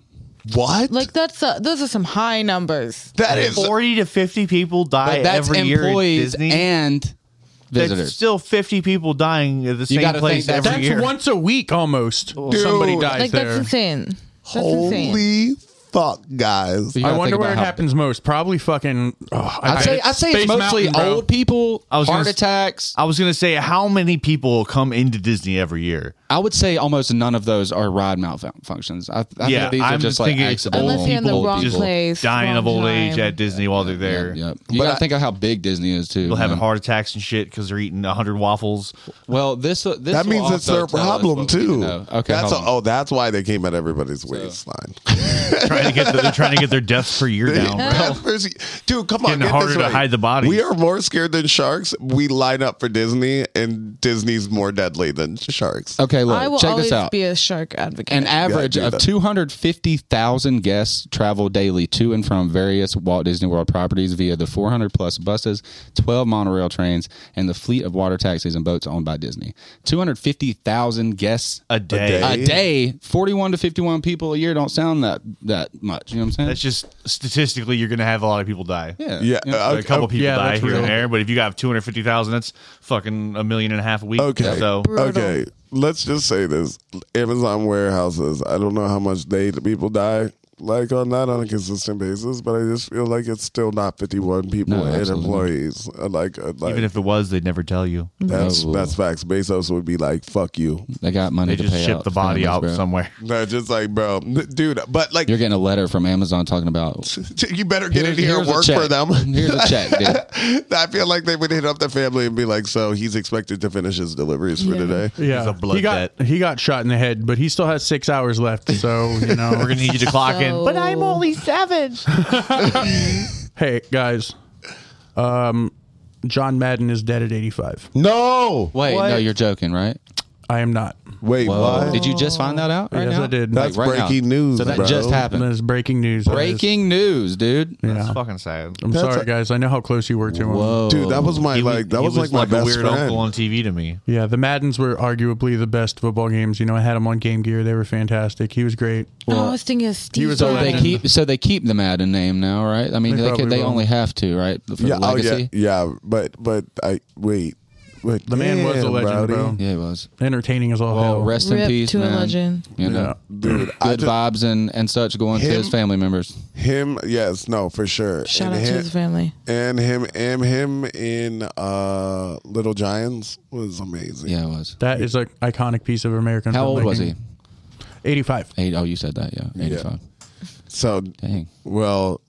B: what?
F: Like that's uh those are some high numbers.
B: that is
C: forty to fifty people die
E: But that's
C: every year at
E: employees
C: Disney.
E: and
C: There's
E: visitors.
C: still fifty people dying at the same
E: gotta
C: place
E: think that's-
C: every
D: That's
C: year.
D: once a week almost. Somebody dies
F: Like
D: there.
F: that's insane. That's insane.
B: holy fuck, guys.
E: You
D: I
E: gotta
D: wonder
E: think
D: where it
E: about how-
D: happens most. Probably fucking. Oh, I
E: I'd
D: bet
E: say, I'd say it's
D: Space
E: mostly
D: Mountain, bro.
E: old people,
C: was
E: heart
C: gonna s-
E: attacks.
C: I was gonna say how many people come into Disney every year.
E: I would say almost none of those are ride malfunctions. I, I
C: Yeah,
E: think these are
C: I'm
E: just like
C: thinking it's
E: accidental
F: Unless you're in the
E: people,
F: wrong
E: people.
F: place,
C: dying
F: wrong
C: of old age
F: time.
C: at Disney while they're there.
E: Yep, yep. You got to think of how big Disney is too.
C: People having
E: man.
C: heart attacks and shit because they're eating hundred waffles.
E: Well, this, uh, this
B: that
E: will
B: means it's
E: also
B: their
E: tell us
B: problem
E: what we need to
B: too.
E: know. Okay,
B: that's
E: hold
B: a,
E: on.
B: oh, that's why they came at everybody's waistline.
C: Try
H: trying to get the, they're trying to get their deaths per
E: <laughs>
H: year down. bro.
B: Dude, come on.
H: Getting
B: get
H: harder
B: this
H: to
B: right.
H: hide the bodies.
B: We are more scared than sharks. We line up for Disney, and Disney's more deadly than sharks.
E: Okay,
F: I
E: look,
F: will
E: check
F: always
E: this out.
F: be a shark advocate.
E: An average
B: do
E: of
B: that.
E: 250,000 guests travel daily to and from various Walt Disney World properties via the 400 plus buses, 12 monorail trains, and the fleet of water taxis and boats owned by Disney. 250,000 guests
H: A day.
B: day.
E: a day. 41 to 51 people a year don't sound that that much. You know what I'm saying?
H: That's just statistically, you're going to have a lot of people die.
B: Yeah.
E: You know?
B: uh,
H: a couple people
D: yeah,
H: die
D: that's
H: here and
D: real.
H: there, but if you got 250,000, that's fucking a million and a half a week.
B: Okay.
H: So
B: Okay. Let's just say this: Amazon warehouses. I don't know how much they the people die like on that on a consistent basis, but I just feel like it's still not fifty-one people
E: No,
B: and
E: absolutely.
B: employees. Uh, Like, uh, like
H: even if it was, they'd never tell you.
B: that's
E: No.
B: that's facts. Bezos would be like, "Fuck you." <laughs>
E: they got money
H: They
E: to
H: just
E: pay
H: ship
E: out
H: the
E: to
H: body
E: families,
H: out
E: bro.
H: somewhere.
B: No, just like, bro, dude. But like,
E: You're getting a letter from Amazon talking about
B: you better get in here
E: here's
B: and
E: a
B: work
E: check.
B: for them.
E: <laughs> Here's a check,
B: <laughs>
E: dude.
B: I feel like they would hit up the family and be like, "So he's expected to finish his deliveries for
F: Yeah.
B: today."
D: Yeah,
H: He's a blood
D: he got he got shot in the head, but he still has six hours left. So you
E: <laughs>
D: know,
H: We're going to need you to clock in.
F: But I'm only
D: hey guys, um, John Madden is dead at 85.
B: No,
E: Wait, no, you're joking, right?
D: I am not.
B: wait,
E: Whoa.
B: what?
E: Did you just find that out? Right
D: Yes,
E: now?
D: I did.
B: That's
E: right now.
B: breaking news,
E: So that
B: bro.
E: just
D: And
E: happened.
D: that is breaking news. That is-
E: Breaking news, dude.
H: That's
D: Yeah.
H: fucking sad.
D: I'm
B: That's
D: sorry,
B: a-
D: guys. I know how close you were to him.
E: Whoa,
B: dude? That was my
H: He
B: like. That
H: he
B: was, like my
H: a
B: best
H: weird
B: friend.
H: uncle on TV to me.
D: Yeah, the Maddens were arguably the best football games. You know, I had him on Game Gear. They were fantastic. He was great.
F: oh, I was thinking of Steve.
D: He was
E: So
D: on
E: they
D: Madden.
E: keep so they keep the Madden name now, right? I mean,
D: They
E: they,
D: probably
E: could, they
D: will.
E: only have to, right? For the
B: yeah, oh, yeah,
E: legacy.
B: yeah. But but I wait. Wait,
D: The man was a
B: damn,
D: legend,
B: Rowdy.
D: bro.
E: yeah. it was.
D: Entertaining as all
E: Well,
D: hell.
E: rest in
F: Rip
E: peace,
F: to a
E: man.
F: legend.
E: You know,
D: Yeah.
B: Dude, I
E: good
B: just,
E: vibes and and such going to his
B: Him-
E: family members.
B: him. Yes, no, for sure.
F: Shout
B: and
F: out to
B: him,
F: his family.
B: and him and him in uh Little Giants was amazing.
E: Yeah, it was.
D: That is an iconic piece of American
E: How old was he?
D: filmmaking. 85.
E: Eight, oh, you said that. Yeah, eighty-five.
B: So
E: Dang.
B: well,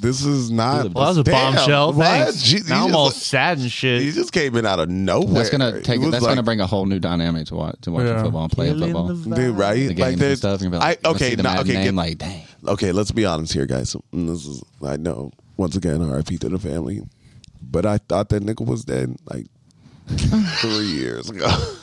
B: this is
H: Well,
B: not.
H: that was a
B: Damn,
H: bombshell.
B: why
H: Thanks.
B: is Je- you
H: now I'm
B: just-
H: all sad and shit.
B: He just came in out of nowhere.
E: That's gonna take.
B: He was
E: That's
B: like-
E: gonna bring a whole new dynamic to watch to watching
D: Yeah.
E: football and playing football. The,
B: Dude, right?
E: games and
B: there's-
E: stuff. And you're
B: I,
E: like, you
B: okay,
E: see the
B: no,
E: Madden
B: okay,
E: name,
B: get-
E: like dang.
B: okay. Let's be honest here, guys. And This is I know once again R.I.P. to the family, but I thought that nickel was dead like <laughs> three years ago. <laughs>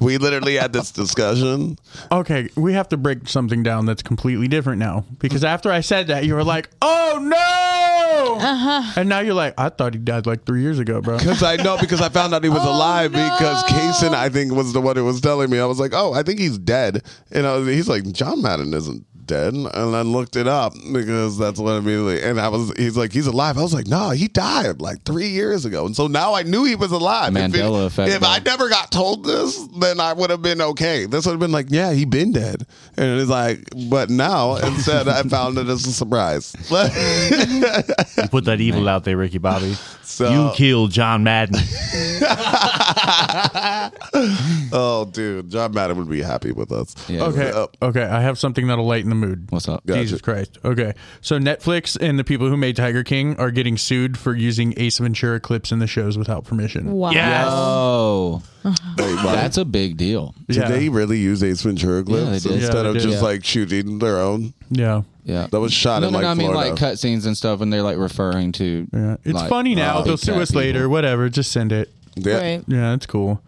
B: We literally had this discussion.
D: Okay, we have to break something down that's completely different now. Because after I said that, you were like, oh no! Uh-huh. And now you're like, I thought he died like three years ago, bro.
B: Because I know, because I found out he was alive. Because Kaysen, I think, was the one who was telling me. I was like, "Oh, I think he's dead," and I was, he's like, "John Madden isn't dead." And I looked it up because that's what immediately. And I was, he's like, "He's alive." I was like, "No, he died like three years ago." And so now I knew he was alive. if
E: Mandela
B: it-
E: effect,
B: If I
E: bro.
B: never got told this, then I would have been okay. This would have been like, "Yeah, he been dead," and it's like, but now instead, I found it as a surprise. <laughs>
H: You put that evil out there, Ricky Bobby.
B: So-
H: you killed John <laughs> Madden.
B: <laughs> oh, dude, John Madden would be happy with us.
E: Yeah.
D: Okay,
B: Uh,
D: okay, I have something that'll lighten the mood.
E: What's up?
B: Gotcha.
D: Jesus Christ. Okay. So Netflix and the people who made Tiger King are getting sued for using Ace Ventura clips in the shows without permission.
F: Wow.
H: Yes.
E: Oh,
B: Wait, why-
E: that's a big deal.
B: Did
D: Yeah.
B: they really use Ace Ventura clips
E: did. Yeah,
B: instead
D: they
B: of
D: did.
B: just
E: Yeah.
B: like shooting their own?
D: Yeah.
E: Yeah,
B: That was shot
E: no,
B: in
E: no,
B: like
E: no, I mean
B: Florida.
E: like cutscenes and stuff, and they're like referring to.
D: Yeah. It's
E: like,
D: funny now.
E: uh,
D: They'll sue
E: cat
D: us later.
E: people.
D: Whatever. Just send it.
B: Yeah.
F: Right.
D: Yeah, that's cool.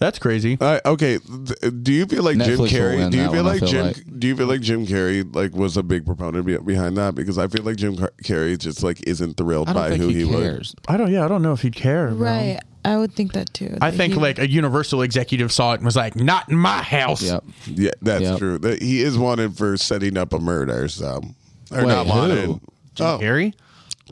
D: That's crazy.
B: All right, okay. Th- Do you feel like
E: Netflix will
B: Jim Carrey?
E: win
B: Do you
E: that
B: feel
E: one, I
B: like
E: feel
B: Jim?
E: like.
B: Do you feel like Jim Carrey like was a big proponent be- behind that? Because I feel like Jim Car- Carrey just like isn't thrilled
E: I don't
B: by
E: think
B: who
E: he,
B: he, was.
E: cares.
D: I don't. Yeah, I don't know if he'd care. bro.
F: Right. I would think that too.
D: I think
F: he-
D: like a Universal executive saw it and was like, "Not in my house."
E: Yep.
B: Yeah, that's
E: Yep.
B: true. That- He is wanted for setting up a murder. So or
E: Wait,
B: not
E: who?
B: wanted. oh
H: Gary?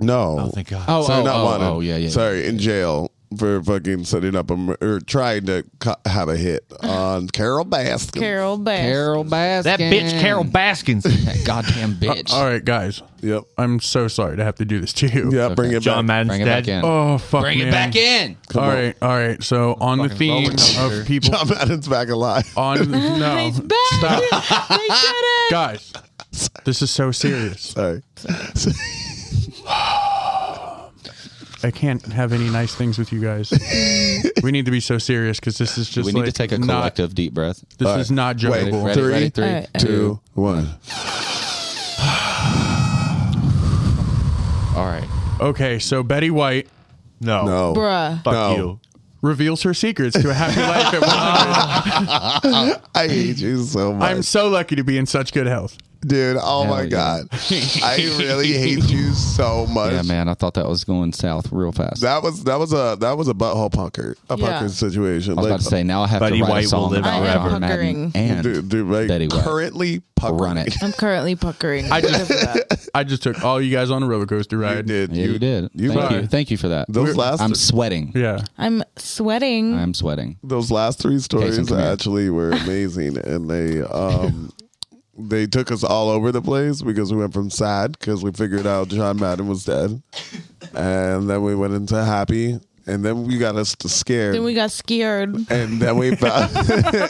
B: no!
H: Oh, thank God.
E: Oh,
B: Sorry,
E: oh,
B: not
E: oh,
B: wanted.
E: oh, yeah, yeah.
B: Sorry, in jail for fucking setting up a mur- or trying to co- have a hit
E: <sighs>
B: on Carol Baskin.
F: Carol Bass.
E: Carol Baskin.
H: That bitch, Carol Baskins.
E: That goddamn bitch.
D: Uh, All right, guys.
B: Yep.
D: I'm so sorry to have to do this to you.
B: Yeah, bring it
H: John
B: back.
H: Madden's
E: Bring it
H: dead.
E: back in.
D: Oh fuck.
E: Bring it back in.
D: All right. All right. So on the theme of people
B: John Madden's back alive.
E: Uh, <laughs>
D: on no
F: He's back.
D: <laughs> stop
F: they did it.
D: guys. This is so serious.
B: <laughs> Sorry.
D: I can't have any nice things with you guys. we need to be so serious because this is just
E: we need
D: like
E: to take a
D: not-
E: collective deep breath.
D: This is not
B: Wait,
D: jokeable.
E: Ready, ready,
B: Three,
E: three,
F: All right.
B: Two, one.
D: Okay, so Betty White
E: Oh,
C: No.
B: No.
F: Bruh.
C: Fuck
B: No.
C: you.
D: reveals her secrets to a happy life
E: <laughs>
D: at 100.
B: I hate you so much.
D: I'm so lucky to be in such good health.
B: Dude, oh my
E: yeah.
B: God.
E: <laughs>
B: I really hate you so much.
E: Yeah, man, I thought that was going south real fast.
B: That was that was a that was a butthole punker a
F: Yeah.
B: punker situation.
E: I was about to say now I have
H: Buddy
E: to write
H: White
E: a
H: will
E: song
H: live
E: about
F: forever.
E: Robert Madden
F: Huckering.
E: and
B: dude, dude, like
E: Betty White.
B: currently punker.
E: run
B: <laughs>
E: it.
F: I'm currently puckering.
D: I just, I just took all you guys on a roller coaster
B: You
D: ride.
B: did.
E: Yeah, you, did. Thank
D: are-
E: you. Thank you for that.
B: Those last-
E: I'm sweating.
D: Yeah.
F: I'm sweating.
E: I'm sweating.
B: those last three
E: Jason,
B: stories
E: come here.
B: actually were
F: <laughs>
B: amazing, and they um they took us all over the place because we went from sad because we figured out John Madden was dead, and then we went into happy, and then we got us to scared.
F: then we got scared.
B: and then
F: <laughs>
B: we found, <laughs>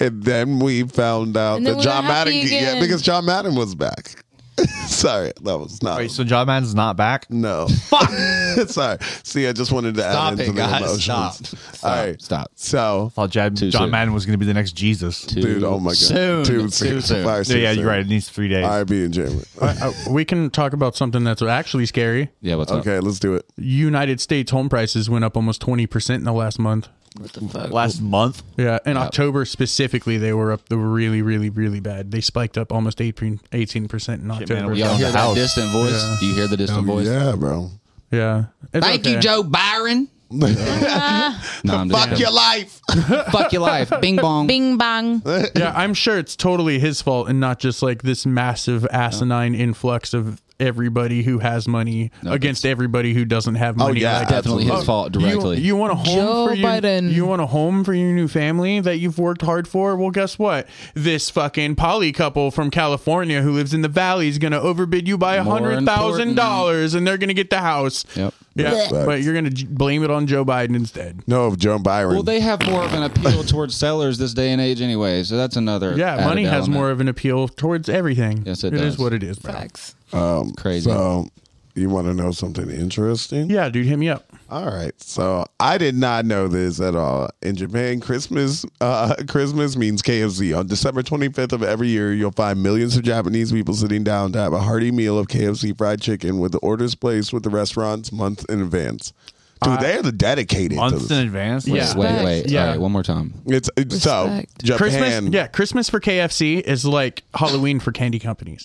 B: and then we found out
F: And then
B: that
F: we
B: John
F: were happy
B: Madden, yeah,
F: again.
B: because John Madden was back. <laughs> Sorry, that was not.
C: Wait, so John Madden's not back?
B: No. Fuck. <laughs> Sorry. See, I just wanted to
E: Stop
B: add
E: it,
B: into the
E: guys.
B: emotions.
E: Stop.
B: All right.
E: Stop.
B: So,
C: Thought John,
E: Too
C: John
E: soon.
C: Madden was going to be the next Jesus.
B: dude, oh my god,
E: Soon.
B: too
E: Too
B: <laughs>
E: soon.
B: Fire
C: yeah,
B: too
C: yeah,
B: soon.
C: you're right. It needs three days.
B: I be in jail.
D: Uh, we can talk about something that's actually scary.
E: Yeah, what's up?
B: Okay, let's do it.
D: United States home prices went up almost 20% in the last month.
H: Last month,
D: Yeah, in October specifically, they were up they were really, really, really bad. They spiked up almost 18 percent in
C: Shit, man,
D: October.
C: we-
E: Y'all
C: Down
E: hear
C: the
E: that
C: house.
E: distant voice? Do you hear the distant voice?
B: Yeah, bro.
D: yeah, It's
E: Thank you,
D: okay.
E: Joe Byron. <laughs> no, I'm just
B: Fuck your life.
E: kidding. <laughs> Fuck your life. Bing bong.
F: Bing bang.
D: <laughs> Yeah, I'm sure it's totally his fault and not just like this massive asinine influx of everybody who has money against everybody who doesn't have money.
B: yeah,
D: like,
E: Definitely his
B: Oh,
E: fault
D: you,
E: directly.
D: you want a home
F: Joe
D: for your,
F: Biden.
D: You want a home for your new family that you've worked hard for? Well, guess what? This fucking poly couple from California who lives in the valley is going to overbid you by a
E: More
D: hundred thousand dollars, and they're going to get the house.
E: Yep.
D: Yeah,
B: Facts.
D: but you're going to blame it on Joe Biden instead.
B: No, Joe Byron.
E: well, they have more of an appeal towards sellers this day and age, anyway. So that's another.
D: Yeah,
E: added
D: money has
E: element.
D: more of an appeal towards everything.
E: Yes, it
D: It is
E: does.
D: what it is. bro.
E: crazy.
B: so, you want to know something interesting?
D: Yeah, dude, hit me up.
B: All right. So I did not know this at all. In Japan, Christmas uh, Christmas means KFC. On December 25th of every year, you'll find millions of Japanese people sitting down to have a hearty meal of KFC fried chicken with the orders placed with the restaurants months in advance. Dude, they're the dedicated. To
C: Months in
B: this.
C: advance?
D: Yeah.
E: Wait, wait, wait.
D: Yeah.
E: All right, one more time.
B: It's, it's so
F: Respect.
B: Japan.
D: Christmas, yeah, Christmas for KFC is like Halloween for
B: <laughs>
D: candy companies.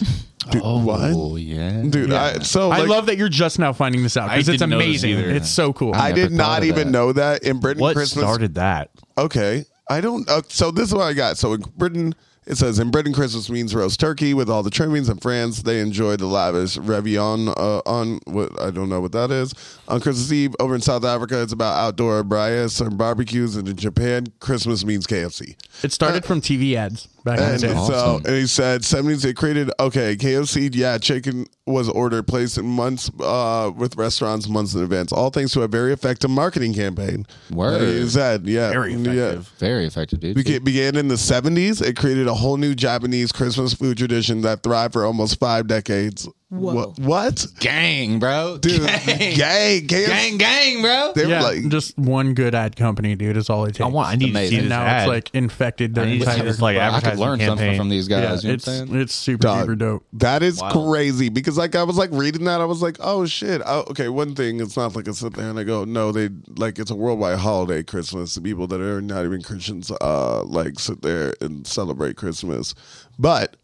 B: Dude,
E: Oh
B: what?
E: yeah,
B: Dude, I, so
D: I
B: like,
D: love that you're just now finding this out
C: I
D: because it's
C: didn't know this
D: amazing.
C: either.
D: It's so cool.
B: I
E: never
B: did
E: thought
B: not
E: of
B: even
E: that.
B: know that in Britain.
H: what
B: Christmas
H: started that?
B: Okay. I don't. Uh, so this is what I got. So in Britain, it says in Britain, Christmas means roast turkey with all the trimmings. In France, they enjoy the lavish revillon uh, on what I don't know what that is. On Christmas Eve, over in South Africa, it's about outdoor briars and barbecues. And in Japan, Christmas means KFC.
D: It started from TV ads back in the
B: And
D: day.
E: awesome.
B: so, and he said, 70s, it created, okay, KFC, yeah, chicken was ordered, placed in months uh, with restaurants months in advance, all thanks to a very effective marketing campaign.
E: Word.
B: He said, yeah.
C: Very
B: Yeah.
C: effective.
E: very effective, dude.
B: Beca- began in the 70s. It created a whole new Japanese Christmas food tradition that thrived for almost five decades. Wha- What?
E: gang, bro.
B: Dude,
E: gang,
B: gang, gang.
E: gang, gang, bro.
B: They were
D: Yeah,
B: like,
D: just one good ad company, dude, is all it takes.
C: I want. I need to
E: amazing.
C: see
D: and
C: this
D: now
C: ad.
D: it's like infected their
C: I need to see
D: entire.
C: this like
E: I could
C: advertising
E: learn
C: campaign.
E: something from these
D: yeah,
E: guys. you know
D: it's
E: what I'm saying?
D: it's super
B: Dog.
D: duper dope.
B: that is
C: Wow.
B: crazy because like I was like reading that I was like oh shit oh, okay one thing it's not like I sit there and I go no they like it's a worldwide holiday Christmas the people that are not even Christians uh like sit there and celebrate Christmas but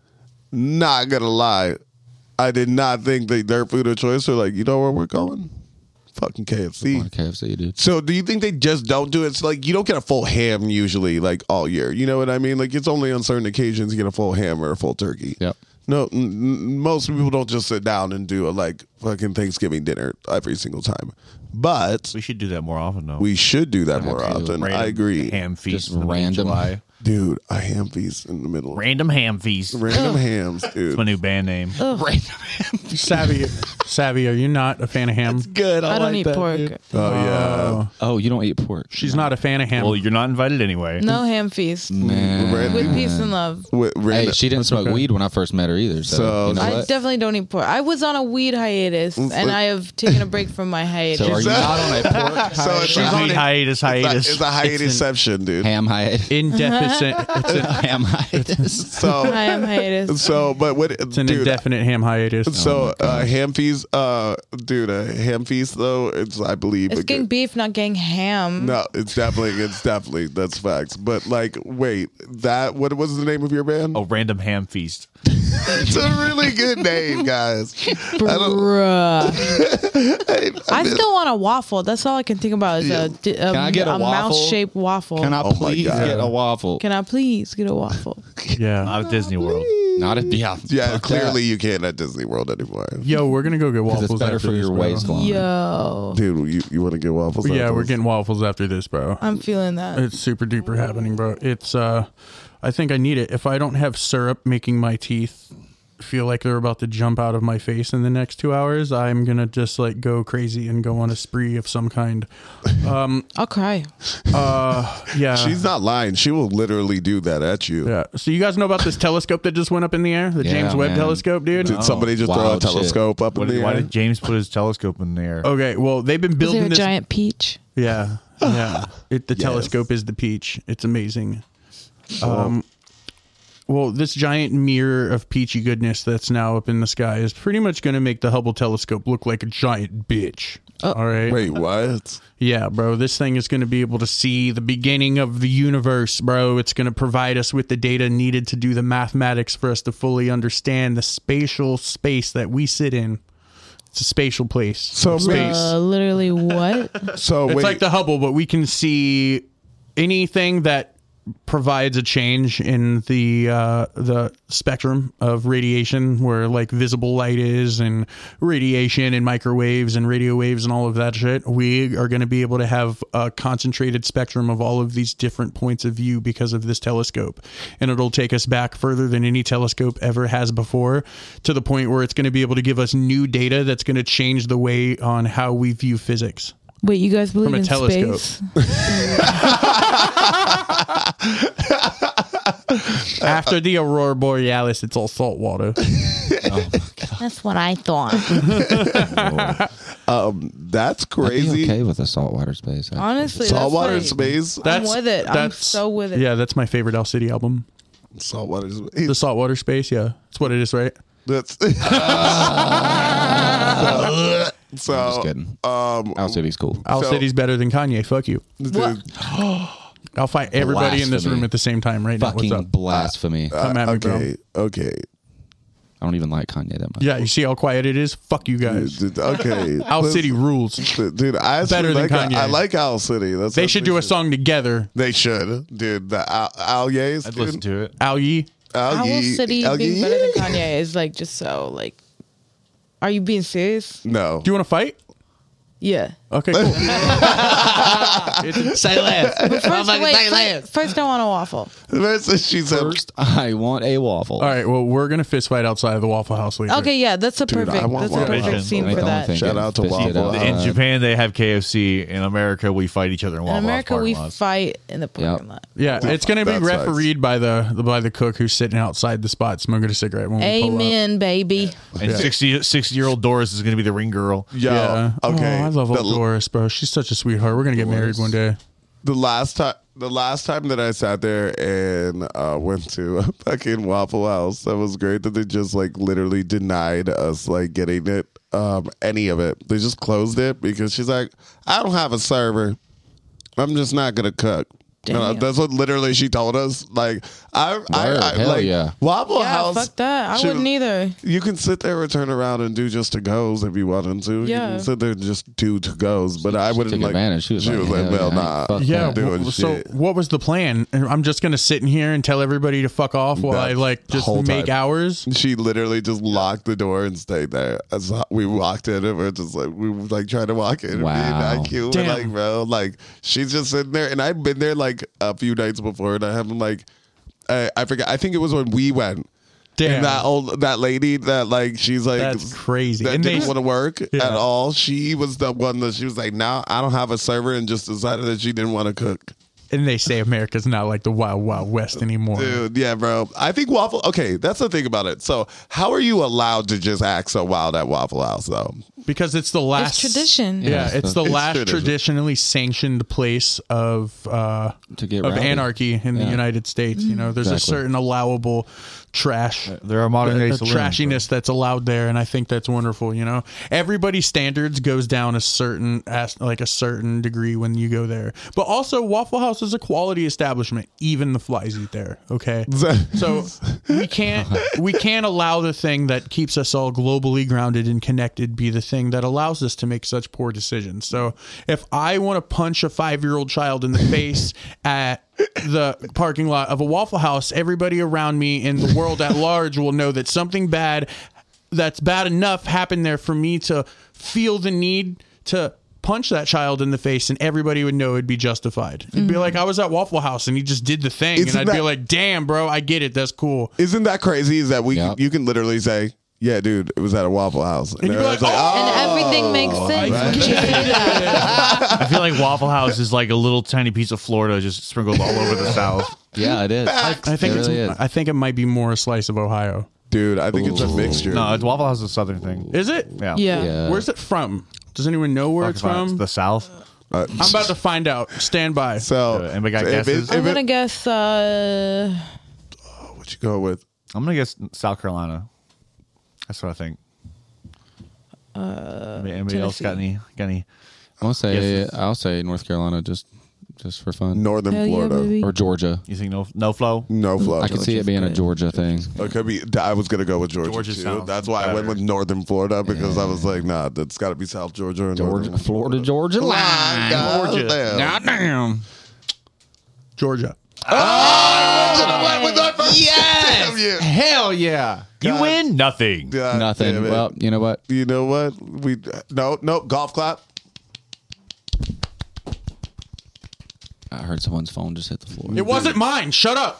B: not gonna lie I did not think that their food of choice were like you know where we're going fucking KFC
E: KFC, dude.
B: so do you think they just don't do it? It's like you don't get a full ham usually, like all year. You know what I mean? Like it's only on certain occasions you get a full ham or a full turkey.
E: Yep.
B: No, n- n- most people don't just sit down and do a like fucking Thanksgiving dinner every single time. But
C: We should do that more often, though.
B: we should do that more
E: Absolutely.
B: often.
C: Random
B: I agree,
C: Ham feast.
E: Just
C: in the middle of
E: random.
C: July.
B: dude. I ham feast in the middle.
C: Random ham feast.
B: <laughs> Random Oh. hams, dude.
C: My new band name.
D: Savvy, savvy, are you not a fan of ham?
B: Good.
F: I don't eat pork.
B: Oh yeah.
E: Oh, you don't eat pork.
D: She's not a fan of ham.
C: Well, you're not invited anyway.
F: No ham feast.
E: Mm. Man.
F: With peace and love.
B: Wait,
E: Hey,
B: random-
E: she didn't smoke weed when I first met her either. So,
B: So-
E: you know
F: I
E: what?
F: definitely don't eat pork. I was on a weed hiatus, and I have taken a break from my hiatus.
E: so are you not on a pork
B: <laughs> so she's
C: She's
B: on
C: on
B: it. It's
C: hiatus,
B: a-
C: hiatus.
B: It's a hiatus,
E: <laughs>
B: dude.
E: ham hiatus?
D: in It's an, it's an,
E: Am I?
B: So,
F: I am hiatus.
B: <laughs> so, but what?
D: it's an
B: dude,
D: indefinite ham hiatus.
B: so uh, ham feast, uh, dude, a ham feast though. It's I believe
F: It's
B: a
F: getting
B: good-
F: beef, not getting ham.
B: No, it's definitely, it's definitely that's facts. But like, wait, that what was the name of your band?
C: Oh,
D: Oh,
H: A random ham feast.
B: it's a really good
D: <laughs>
B: name, guys.
F: Bruh.
E: <laughs>
F: I still want a waffle. That's all I can think about is a, di- a,
E: Can I get a waffle?
F: mouse shaped waffle.
E: Can I
B: Oh my
E: please
B: God.
E: get a waffle?
F: Can I please get a
E: <laughs>
F: waffle?
D: yeah.
H: Out of Disney World.
E: Not a yeah. fuck
B: Yeah,
E: that.
B: clearly you can't at Disney World anymore.
D: Yo, we're gonna go get
E: 'Cause
D: waffles.
E: It's better
D: after
E: for
D: this,
E: your
D: bro.
E: waistline.
F: Yo,
B: Dude, you, you want to get waffles?
D: Yeah,
B: after
D: we're
B: this?
D: getting waffles after this, bro.
F: I'm feeling that.
D: It's super duper happening, bro. It's uh I think I need it. If I don't have syrup making my teeth feel like they're about to jump out of my face in the next two hours, I'm gonna just like go crazy and go on a spree of some kind.
F: I'll cry.
D: Uh yeah.
E: <laughs>
B: She's not lying. She will literally do that at you.
D: yeah. So you guys know about this telescope that just went up in the air? The
E: Yeah,
D: James Webb
E: man.
D: telescope, dude?
B: Did somebody just throw a
E: Wild shit.
B: telescope up
H: What
B: in
H: did-
B: the
H: why
B: air?
H: did James put his telescope in the air?
B: Oh,
D: Okay, well they've been
F: Is
D: building
F: there a
D: this
F: giant peach?
D: Yeah. Yeah.
B: <laughs>
D: It, the telescope is the peach. It's amazing. Um, well, this giant mirror of peachy goodness that's now up in the sky is pretty much going to make the Hubble telescope look like a giant bitch. All right.
B: Oh, Wait, what?
D: Yeah, bro. This thing is going to be able to see the beginning of the universe, bro. It's going to provide us with the data needed to do the mathematics for us to fully understand the spatial space that we sit in. It's a spatial place.
B: So wait,
F: Uh, literally
D: <laughs>
F: what?
B: so
D: It's
B: wait,
D: like the Hubble, but we can see anything that provides a change in the uh, the spectrum of radiation, where like visible light is, and radiation, and microwaves, and radio waves, and all of that shit. We are going to be able to have a concentrated spectrum of all of these different points of view because of this telescope, and it'll take us back further than any telescope ever has before, to the point where it's going to be able to give us new data that's going to change the way on how we view physics.
F: Wait, you guys believe
D: From a
F: in
D: telescope.
F: space? Uh,
D: After the aurora borealis, it's all
F: <laughs>
D: salt water.
F: That's what I thought.
B: um, that's
E: I'd be
B: crazy.
E: okay with a saltwater space. I-
F: <laughs> Honestly,
B: Saltwater
F: that's like,
B: space.
F: I'm with it. I'm so with it.
D: Yeah, that's my favorite Al City album.
B: Saltwater
D: The
B: space.
D: saltwater space. Yeah, that's what it is, right?
H: <laughs>
B: That's. <laughs> so,
E: Just kidding.
B: um,
E: Our city's cool.
D: Al
B: So-
D: City's better than Kanye. Fuck you.
B: dude,
D: I'll fight everybody in this
E: Blasphemy.
D: room at the same time right
E: Fucking
D: now. What's up? Uh,
E: blasphemy.
D: I'm at me, bro.
B: okay, okay,
E: I don't even like Kanye that much.
D: Yeah, you see how quiet it is. Fuck you guys.
B: dude,
D: <laughs>
B: okay.
D: Al
B: Listen,
D: City rules.
B: dude. I actually
D: Better than
B: like
D: Kanye.
B: I like Owl City. That's
D: They
B: what
D: should
B: we
D: do a song together.
B: They should, dude. The Al, Al Ye's,
H: I'd
B: dude.
H: listen to it.
D: Al Yee.
B: Al
F: Owl
B: Ye-
F: City
B: Al
F: being
B: Ye-
F: better
B: <laughs>
F: than Kanye is like just so like. Are you being serious?
B: No,
D: Do you want to fight?
F: Yeah.
D: Okay, cool.
F: <laughs>
D: It's-
E: Say less.
F: First, wait, first, first I want a waffle.
B: <laughs> That's what she said.
E: First, <laughs> I want a waffle.
D: all right. Well, we're gonna fist fight outside of the Waffle House later.
F: Okay, yeah, that's a perfect.
B: I want
F: That's a
B: one.
F: perfect
H: Mission.
F: scene
E: Like, the
F: for
E: only
F: that.
E: thing
B: Shout
E: getting
B: out to
E: fisted
B: Waffle
E: out
B: House.
E: of-
C: Uh,
H: in Japan, they have KFC. In America, we fight each other in
F: In
H: Wawa
F: America, we
H: lots.
F: fight in the parking lot.
D: Yeah, it's gonna be
B: That's nice.
D: refereed by the, the by the cook who's sitting outside the spot smoking a cigarette when we pull up.
F: Amen, baby.
H: And
D: Yeah.
H: 60, 60 year old Doris is going to be the ring girl.
B: Yo,
D: Yeah.
B: okay.
D: Oh, I love
B: the,
D: old Doris, bro. She's such a sweetheart. We're gonna get married one day.
B: the last time. The last time that I sat there and uh, went to a <laughs> fucking Waffle House, that was great that they just like literally denied us like getting it, um, any of it. They just closed it because she's like, I don't have a server. I'm just not gonna cook. You know,
F: Damn.
B: that's what literally she told us. Like I, I,
E: Word.
B: I
E: Hell
B: like
E: yeah.
B: Waffle
F: yeah,
B: House.
F: fuck that. I
B: should-
F: wouldn't either.
B: You can sit there and turn around and do just to goes if you wanted to. You
F: Yeah.
B: can sit there and just do to goes, but I wouldn't
E: took
B: like.
E: advantage. She was like, "Hell
B: well,
E: yeah, I
B: nah.
E: ain't fuck
D: Yeah.
E: Yeah,
B: doing
D: wh- so,
B: shit.
D: what was the plan? And I'm just gonna sit in here and tell everybody to fuck off while I
B: That's
D: like
B: the
D: just
B: whole
D: make
B: time.
D: hours.
B: She literally just locked the door and stayed there. As we walked in, and we're just like we were like trying to walk in.
E: Wow.
B: Me and IQ,
D: Damn.
B: We're like, bro, like she's just sitting there, and I've been there like a few nights before, and I haven't like, I, I forget. I think it was when we went.
D: Damn.
B: And that old that lady that like she's like
D: That's crazy.
B: that
D: And they-
B: didn't want to work
D: Yeah.
B: at all. She was the one that she was like, now I don't have a server, and just decided that she didn't want to cook.
D: and they say America's not like the wild wild west anymore.
B: Dude, yeah, bro. I think Waffle. Okay, that's the thing about it. So, how are you allowed to just act so wild at Waffle House, though?
D: because it's the last
F: tradition.
D: Yeah,
E: Yeah,
D: it's the
B: it's
D: last
B: tradition.
D: traditionally sanctioned place of uh,
E: To get
D: of
E: rowdy.
D: anarchy in the
E: Yeah.
D: United States. You know, there's
E: Exactly.
D: a certain allowable trash.
C: There are modern day
D: the
C: saloons,
D: trashiness that's allowed there, and I think that's wonderful. You know, everybody's standards goes down a certain as- like a certain degree when you go there. But also, Waffle House is a quality establishment. Even the flies eat there.
C: <laughs>
D: Okay, so we can't we can't allow the thing that keeps us all globally grounded and connected be the thing that allows us to make such poor decisions. So if I want to punch a five year old child in the face at the parking lot of a Waffle House, everybody around me in the world at large will know that something bad that's bad enough happened there for me to feel the need to punch that child in the face and everybody would know it'd be justified. It'd be like I was at Waffle House and he just did the thing
B: Isn't
D: and I'd be
B: that-
D: like, "Damn, bro, I get it. That's cool."
B: Isn't that crazy? Is that we?
E: Yep.
B: You can literally say, "Yeah, dude, it was at a Waffle House," "Ah, and,
D: you'd be
B: everyone's
D: like,
F: and everything makes sense. because you <laughs> did that.
H: I feel like Waffle House is like a little tiny piece of Florida just sprinkled all over the South.
E: Yeah, it is.
D: I think
E: It
D: it's
E: really is.
D: I think it might be more a slice of Ohio.
B: dude, I think it's a mixture."
C: No, it's Waffle House is a southern thing.
D: Is it?
C: yeah.
F: <laughs> Yeah.
E: Yeah.
D: Where's it from? Does anyone know where
C: Fuck
D: it's
C: if I-
D: from?
H: The South.
B: Uh,
D: I'm about to find out. Stand by.
B: so,
H: Uh, anybody got
B: if it-
H: guesses?
B: if
F: I'm
B: it-
F: gonna guess. Uh,
B: what you go with?
C: I'm gonna guess South Carolina. That's what I think. Uh, anybody else got any? Got any?
E: I'll say
H: Yes.
E: I'll say North Carolina just just for fun
B: Northern
F: hell yeah,
B: Florida,
F: baby.
E: or Georgia.
C: You think no? No flow.
B: no flow.
E: I could see it being a Georgia thing.
B: It could be. I was gonna go with Georgia,
H: Georgia
B: too.
H: sounds
B: That's why I went
H: better.
B: with Northern Florida because I was like, nah, that's got to be South Georgia. Oh. And
E: Georgia,
B: Northern.
E: Florida, Georgia line.
B: Georgia.
E: God damn.
D: Georgia.
C: Oh,
B: Damn you.
E: Hell yeah.
H: You win nothing.
B: God
E: Nothing.
B: damn it.
E: Well, you know what?
B: you know what? We no, no golf clap.
E: I heard someone's phone just hit the floor.
D: It wasn't mine. Shut up.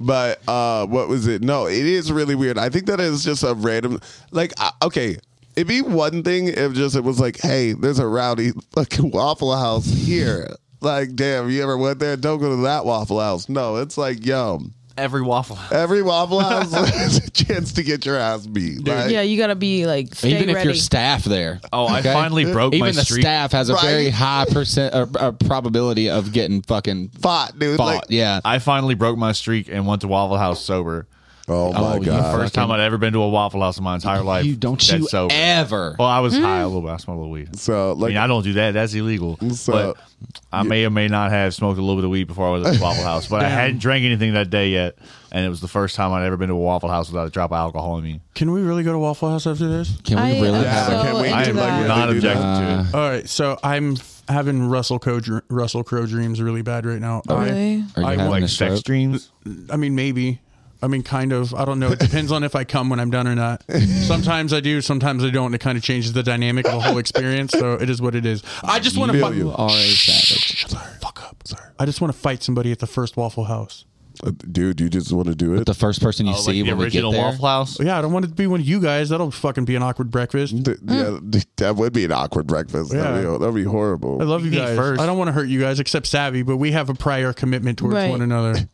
B: But uh, what was it? No, it is really weird. I think that is just a random. Like, I, okay, it'd be one thing if just it was like, hey, there's a rowdy fucking <laughs> Waffle House here. Like, damn, you ever went there? Don't go to that Waffle House. No, it's like, yo,
C: Every waffle. House.
B: every Waffle
C: <laughs>
B: House is a chance to get your ass beat. Like,
F: yeah, you gotta be like stay
E: Even if
F: ready.
E: your staff there.
H: Oh, I finally broke
E: Even
H: my
E: the
H: streak.
E: staff has a
B: Right.
E: very high percent uh, uh, probability of getting fucking
B: Fought, dude.
E: fought.
B: Like,
E: yeah.
H: I finally broke my streak and went to Waffle House sober.
B: oh my
E: Oh, you
B: god.
H: First time I'd ever been to a Waffle House in my entire life.
E: you don't
H: dead
E: you
H: sober.
E: ever. Hmm.
H: Well, I was high a little bit. I smoked a little weed.
B: So
H: I
B: like,
H: mean, I don't do that. That's illegal.
B: So-
E: uh,
H: but I may or may not have smoked a little bit of weed before I was at
E: <laughs>
H: the Waffle House. But I hadn't drank anything that day yet, and it was the first time I'd ever been to a Waffle House without a drop of alcohol in me.
D: Can we really go to Waffle House after this?
E: Can we
F: I
E: really
F: am
E: have
B: so
E: a
B: can we
H: I
B: do
H: am
B: like
F: that.
E: uh,
B: really
H: not
B: do that?
H: objecting to it.
D: All right, so I'm f- having Russell Crowe dr- Russell Crowe dreams really bad right now.
B: Oh,
F: Really?
E: Are you
D: I,
E: having
D: I,
E: a
H: Like
E: stroke?
H: sex dreams.
D: I mean, maybe. I mean, kind of. I don't know. It depends on if I come when I'm done
B: <laughs>
D: or not. Sometimes I do, sometimes I don't. It kind of changes the dynamic of the whole experience. So it is what it is. I just want to
B: Feel
D: fuck.
B: you.
E: Are a savage.
D: fuck up. Sorry. I just want to fight somebody at the first Waffle House.
B: Uh, Dude, you just want to do it.
E: The first person you
H: Oh,
E: see
H: like the
E: when we get
H: original
E: there.
H: Waffle House.
D: Yeah, I don't want it to be one of you guys. That'll fucking be an awkward breakfast.
B: Th- yeah, th- that would be an awkward breakfast. That'd,
D: Yeah.
B: be, that'd be
D: I
B: horrible.
D: love you
H: Me
D: guys.
H: first.
D: I don't want to hurt you guys except Savvy, but we have a prior commitment towards
F: Right.
D: one another.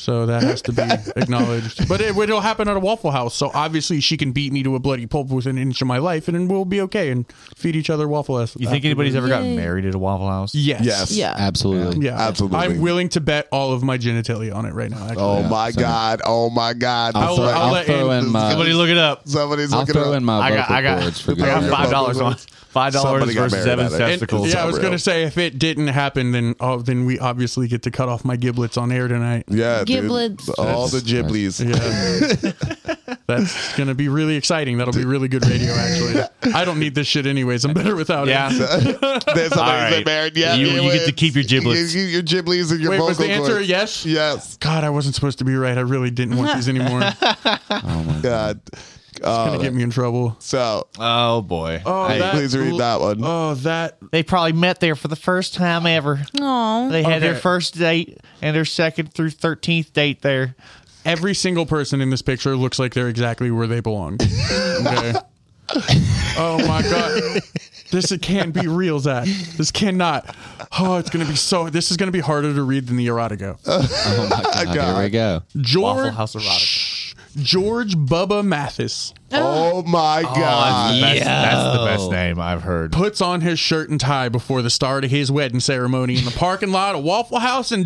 D: So that has to be acknowledged. But it, it'll happen at a Waffle House. So obviously she can beat me to a bloody pulp within an inch of my life and then we'll be okay and feed each other Waffle House.
H: You think anybody's ever gotten married at a Waffle House?
D: Yes.
B: Yes.
F: yeah.
E: Absolutely.
D: Yeah.
B: Absolutely.
D: I'm willing to bet all of my genitalia on it right now. Actually.
B: Oh
E: Yeah,
B: my
E: sorry.
B: god! Oh my god!
D: I'll-
B: Somebody-
D: I'll let
E: throw
D: Andy-
E: in my-
H: Somebody look it up.
B: somebody's
E: I'll
B: looking
E: throw
B: up.
E: in my
H: I got,
E: vocal
H: I got,
E: cords for
H: I got
E: good.
B: your
H: five dollars
B: vocal
H: on
B: cords.
H: five dollars
B: Somebody got
H: versus
B: married
H: seven
B: at it. And-
H: testicles.
D: yeah, I was
B: unreal.
D: gonna say if it didn't happen, then oh, then we obviously get to cut off my giblets on air tonight.
B: yeah, dude.
F: Giblets.
B: All the giblies.
D: Yeah. <laughs> That's going to be really exciting. That'll be really good radio, actually. I don't need this shit anyways. I'm better without
H: yeah. <laughs>
B: <laughs>
D: it.
B: There's somebody
H: All
B: right.
H: right.
B: married. Yeah,
H: You- you get to
B: giblets.
H: keep your giblets.
B: You, you- your giblies and your
D: Wait,
B: vocal
D: was the answer a
B: cords.
D: yes?
B: Yes.
D: God, I wasn't supposed to be right. I really didn't want
B: <laughs>
D: these anymore. It's
E: Oh my god.
B: God.
D: going to get me in trouble.
B: So
H: Oh boy.
D: Oh,
B: hey,
D: that,
B: please read that one.
D: Oh, that.
H: They probably met there for the first time ever.
F: Mm. Aw.
H: They had their
D: Okay.
H: first date and their second through thirteenth date there.
D: Every single person in this picture
B: <laughs>
D: looks like they're exactly where they belong. Okay. oh, my God. This it can't be real, Zach. This cannot. Oh, it's gonna be so. This is gonna be harder to read than the erotica.
E: Oh my god, Here we go.
D: George
C: House erotica.
D: Shh. George Bubba Mathis
B: Oh my god.
H: That's, that's the best name I've heard.
D: puts on his shirt and tie before the start of his wedding ceremony in the parking lot of Waffle House in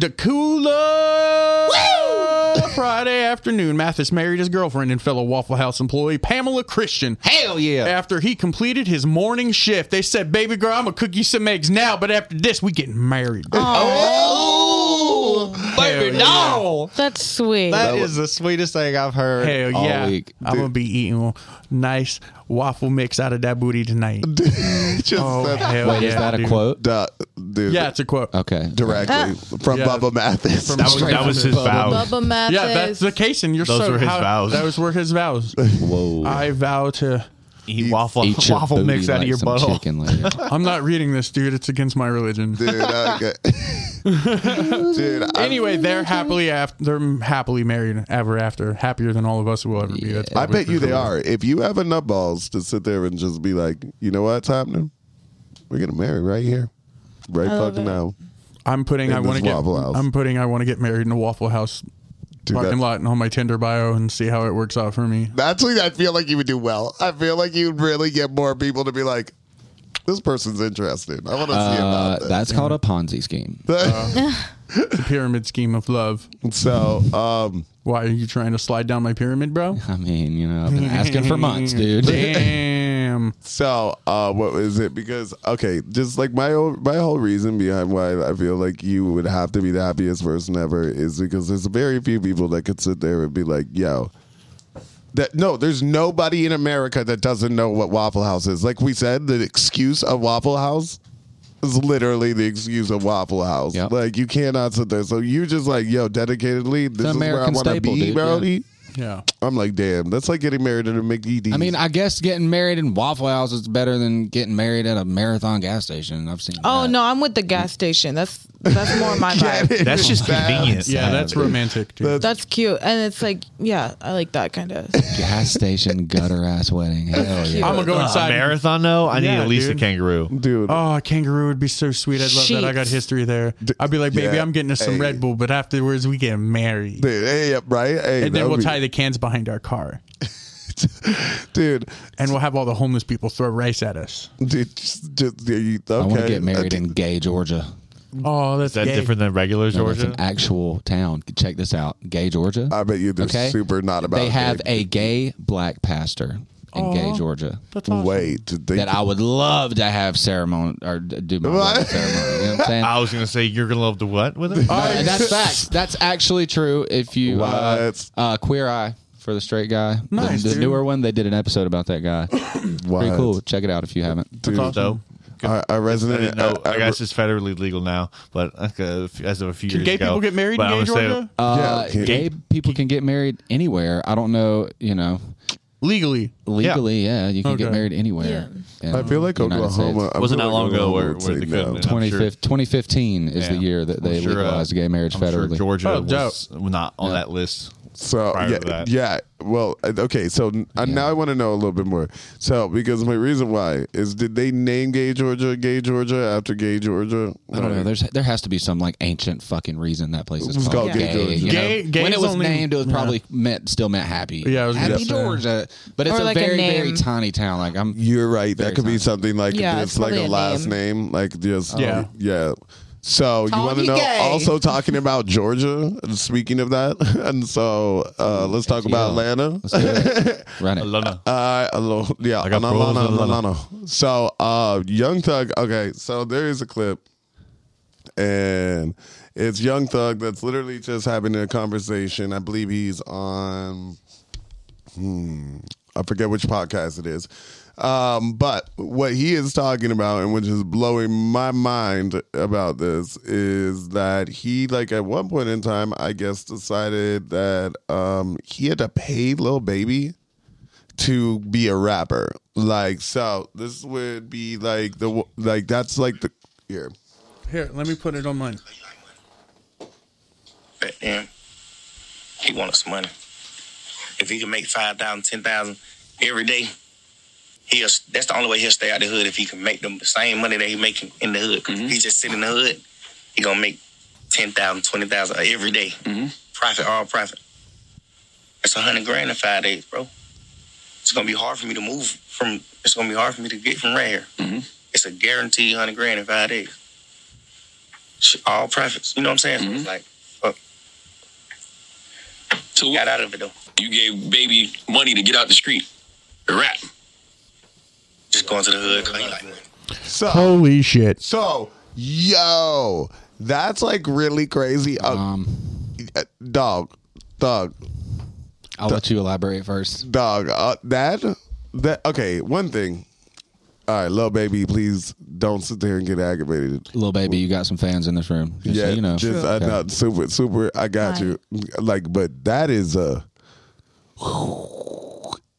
D: Decula. Friday afternoon, Mathis married his girlfriend and fellow Waffle House employee Pamela Christian.
E: Hell yeah.
D: After he completed his morning shift, they said, "Baby girl, I'm gonna cook you some eggs now, but after this, we getting married."
E: Oh, baby, no.
F: That's sweet.
E: That is the sweetest thing I've heard
D: Hell
E: all
D: yeah!
E: week.
D: I'm gonna be eating a nice waffle mix out of that booty
E: <laughs>
D: tonight.
B: Just
D: Oh,
B: that,
D: hell
E: Wait,
D: yeah,
E: is that a
D: dude.
E: quote?
B: duh, dude.
D: Yeah, it's a quote.
E: Okay.
F: <laughs>
B: Directly from
D: Yeah.
B: Bubba Mathis.
D: From-
H: That was, that was his vow.
F: Bubba Mathis.
D: Yeah, that's the case, and you're
H: Those
D: so
H: were his
D: how-
H: vows.
D: Those were his vows.
E: Whoa.
D: I vow to.
H: Eat waffle,
E: Eat your
H: waffle
E: booty
H: mix out
E: like
H: of your
E: some
H: butthole.
E: chicken later.
D: I'm not reading this, dude. It's against my religion.
B: <laughs>
D: <laughs>
B: dude, okay. dude, I,
D: Anyway, they're happily after. They're happily married ever after. Happier than all of us will ever be. That's
B: I
D: probably
B: bet
D: for
B: you they
D: sure.
B: are. If you have enough balls to sit there and just be like, you know what's happening? We're gonna marry right here. Right
F: love
B: fucking
F: it.
B: now.
D: I'm putting.
B: In
D: I want to
B: this
D: get.
B: Waffle House.
D: I'm putting. I want to get married in a Waffle House
B: Dude,
D: parking
B: that-
D: lot and on my Tinder bio and see how it works out for me.
B: Actually, I feel like you would do well. I feel like you'd really get more people to be like, this person's interested. I want to see
E: Uh,
B: about this.
E: that's called a
H: <laughs>
E: Ponzi scheme.
D: Uh, It's a pyramid scheme of love.
B: <laughs> so, um,
D: Why are you trying to slide down my pyramid, bro?
E: I mean, you know, I've been asking for months, dude.
D: Damn. <laughs>
B: so, uh, what was it? Because okay, just like my whole, my whole reason behind why I feel like you would have to be the happiest person ever is because there's very few people that could sit there and be like, yo. That no, there's nobody in America that doesn't know what Waffle House is. Like we said, the excuse of Waffle House is literally the excuse of Waffle House.
E: Yep.
B: Like you cannot sit there. So you just like, yo, dedicatedly, this is where I
E: American
B: want to
E: staple,
B: be,
E: dude,
B: Brody.
E: yeah.
D: Yeah.
B: I'm like, damn, that's like getting married at a McDD.
E: I mean,
B: <laughs>
E: I guess getting married in Waffle House is better than getting married at a marathon gas station. I've seen.
F: oh
E: that.
F: no, I'm with the gas station. That's that's more my vibe.
H: <laughs> That's just convenience.
D: Yeah, that's romantic, dude.
F: That's cute, and it's like, yeah, I like that kind of.
E: gas station gutter ass wedding. Hell yeah.
D: I'm gonna go
H: Uh,
D: inside.
H: marathon though, I need
D: Yeah,
H: at least
D: dude.
H: a kangaroo.
B: dude.
D: Oh, a kangaroo would be so sweet. I'd love that. I got
F: Sheets.
D: history there. I'd be like, baby,
B: yeah,
D: I'm getting us some
B: hey.
D: Red Bull, but afterwards we get married.
B: Dude, hey, yeah, right? Hey,
D: and
B: that
D: then
B: would
D: we'll
B: be-
D: tie the cans behind our car.
B: dude,
D: And we'll have all the homeless people throw rice at us.
B: dude, just, just, yeah, you, okay.
E: I want to get married
B: Uh,
E: in Gay, Georgia.
D: Oh, that's
H: Is that
D: gay.
H: different than regular
E: No, it's
H: Georgia?
E: an actual town. Check this out, Gay, Georgia.
B: I bet you they're
E: Okay.
B: super not about.
E: they have
B: it.
E: a gay black pastor in Gay, Georgia.
D: That's awesome.
B: wait. Did they,
E: That I would love to have ceremony or d- do my wedding ceremony. You know what I'm
B: <laughs>
E: saying?
H: I was gonna say you're gonna love the what with it?
E: Uh, that's facts. That's actually true. If you uh,
B: What?
E: uh, queer eye for the straight guy, The-
D: Nice,
E: the,
D: dude.
E: newer one, they did an episode about that guy. Pretty
B: What?
E: cool. Check it out if you haven't.
B: dude,
H: So
B: I, I
H: I
B: resonated.
H: didn't know.
B: I,
H: I guess it's federally legal now, but like, uh, as of a few
D: Can
H: years
D: gay
H: ago,
D: people get married
H: but
D: in
H: I'm
D: gay
H: gonna say-
D: Georgia?
E: Uh,
B: Yeah, can-
E: gay people can get married anywhere. I don't know. You know,
D: Legally.
E: legally, yeah, you can get
D: Okay.
E: married anywhere. in
B: I feel like
E: the United
B: Oklahoma.
E: States.
B: I
H: Wasn't
B: feel
H: that
B: like
H: long ago
B: Oklahoma
H: where-
B: would
H: where
B: say
H: they
B: no.
H: couldn't- uh, I'm
E: 25
H: sure-
E: 2015 is the
H: Yeah.
E: year that they
H: I'm sure, uh,
E: legalized gay marriage
H: I'm sure
E: federally.
H: Georgia
D: Oh,
H: was not on that list.
B: So
H: prior
B: yeah,
H: to that.
B: yeah. Well, uh, okay. So n- uh, now I want to know a little bit more. So because my reason why is did they name Gay Georgia Gay Georgia after Gay Georgia?
E: I don't know. There's there has to be some like ancient fucking reason that place is
B: It's
E: called,
B: called
E: gay.
B: Gay Georgia.
E: you know?
D: Gay- gay
E: when it
D: is
E: was
D: only-
E: named, it was
D: yeah.
E: probably meant still meant happy.
D: Yeah, I was gonna
E: happy
D: say.
E: Georgia, but it's
F: Or
E: a
F: like a
E: very
F: name.
E: very tiny town. Like I'm
B: You're right. That
E: Very
B: could be
E: nice.
B: something like
F: Yeah,
B: it's
F: it's
B: like a
F: probably a
B: last name. like just
D: Yeah.
B: yeah, yeah. So you want to know? Also talking about Georgia. and Speaking of that, <laughs> and so uh, let's talk about Atlanta.
E: running.
H: I love that.
B: Uh, hello. yeah,
H: got
B: no,
H: pros
B: no,
H: and
B: no,
H: no.
B: no, no. So, uh, Young Thug. Okay, so there is a clip, and it's Young Thug that's literally just having a conversation. I believe he's on. Hmm, I forget which podcast it is, um, but what he is talking about and which is blowing my mind about this is that he, like, at one point in time, I guess decided that um, he had to pay Lil Baby to be a rapper. Like so, this would be like the w- like that's like the here.
D: Here, let me put it on mine.
I: Back then, he wants money. If he could make five thousand, ten thousand every day, He'll, that's the only way he'll stay out the hood if he can make them the same money that he making in the hood. He just sit in the hood, he gonna make 10,000, 20,000 every day. Profit, all profit. That's a hundred grand in five days, bro. It's gonna be hard for me to move from. It's gonna be hard for me to get from right here. It's a guaranteed hundred grand in five days. Sh- All profits. You know what I'm saying? So it's like, fuck.
J: So
I: Got out of it though.
J: you gave baby money to get out the street, to rap.
I: Just going to the hood. 'cause he like,
B: So
D: Holy shit.
B: So, yo, that's like really crazy. Uh,
E: Um,
B: uh, dog, dog,
E: I'll let you elaborate first.
B: dog. Uh, that, that. Okay, one thing. All right, little baby, please don't sit there and get aggravated.
E: Little baby, you got some fans in this room. Just
B: yeah,
E: so you know.
B: just I
E: Okay.
B: know, super, super. I got
F: Right.
B: you. Like, but that is a.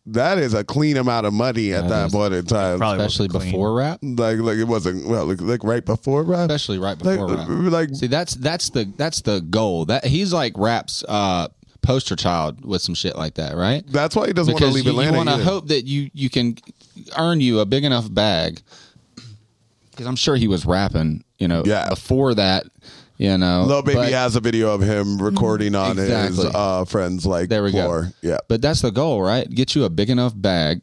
B: That is a clean amount of money at
E: That
B: that
E: is-
B: point in time.
H: Probably
E: Especially
H: wasn't clean.
E: before rap.
B: Like, like it wasn't well, like, like right before rap.
E: Especially right
B: Like, uh,
E: before rap.
D: uh,
B: like
E: See, that's that's the that's the goal. That he's like rap's uh, poster child with some shit like that, right?
B: that's why he doesn't want to
E: Because
B: leave
E: you,
B: Atlanta.
E: want to
B: either.
E: hope that you you can earn you a big enough bag. Because I'm sure he was rapping, you know,
B: Yeah.
E: before that, you know.
B: Lil Baby
E: but-
B: has a video of him recording on
E: Exactly.
B: his uh, friends like
E: There we
B: floor.
E: go.
B: Yeah,
E: But that's the goal, right? Get you a big enough bag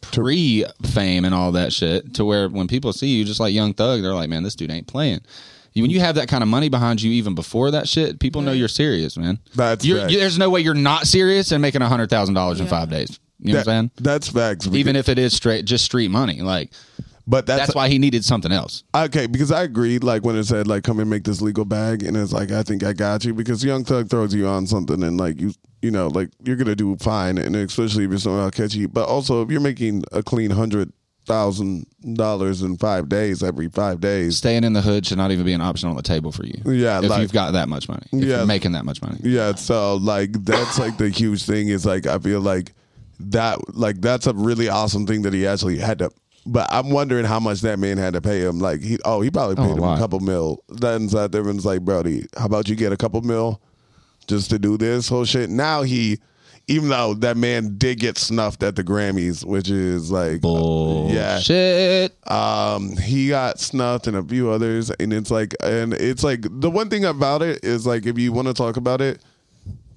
E: pre fame and all that shit to where when people see you, just like Young Thug, they're like, man, this dude ain't playing. You- When you have that kind of money behind you, even before that shit, people know you're serious, man.
B: That's
E: You're-
B: right.
E: you- there's no way you're not serious and making hundred thousand dollars in five days. You know
B: That-
E: what I'm saying?
B: that's facts.
E: Even if it is straight, just street money, like
B: but that's,
E: that's, why he needed something else.
B: okay because I agreed. Like when it said like come and make this legal bag, and it's like I think I got you because Young Thug throws you on something, and like you you know like you're gonna do fine, and especially if you're somehow catchy. But also if you're making a clean hundred thousand dollars in five days every five days,
E: Staying in the hood should not even be an option on the table for you.
B: Yeah,
E: if
B: like-
E: you've got that much money, if
B: Yeah.
E: you're making that much money.
B: Yeah, so like that's like the huge thing is like I feel like that like that's a really awesome thing that he actually had to. But I'm wondering how much that man had to pay him. Like he oh he probably
E: Oh,
B: paid
E: a
B: him a
E: lot.
B: couple mil. Then that everyone's like Brody, how about you get a couple mil just to do this whole shit? Now he. Even though that man did get snuffed at the Grammys, which is like, yeah,
E: Bullshit.
B: um, he got snuffed and a few others, and it's like, and it's like the one thing about it is like if you want to talk about it,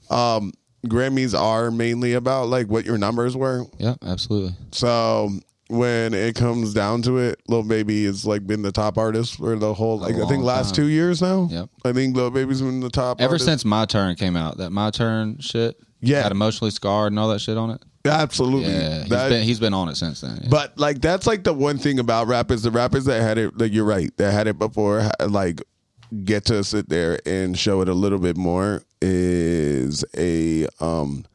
B: um, Grammys are mainly about like what your numbers were.
E: Yeah, absolutely.
B: So when it comes down to it, Lil Baby has like been the top artist for the whole like I think
E: long
B: last
E: time.
B: two years now.
E: Yep.
B: I think Lil Baby's been the top
E: Ever
B: artist.
E: since my turn came out, that my turn shit,
B: Yeah.
E: got emotionally scarred and all that shit on it.
B: absolutely.
E: Yeah, he's
B: That-
E: been he's been on it since then. yeah.
B: But like that's like the one thing about rappers, the rappers that had it, like you're right, that had it before, ha- like get to sit there and show it a little bit more is a um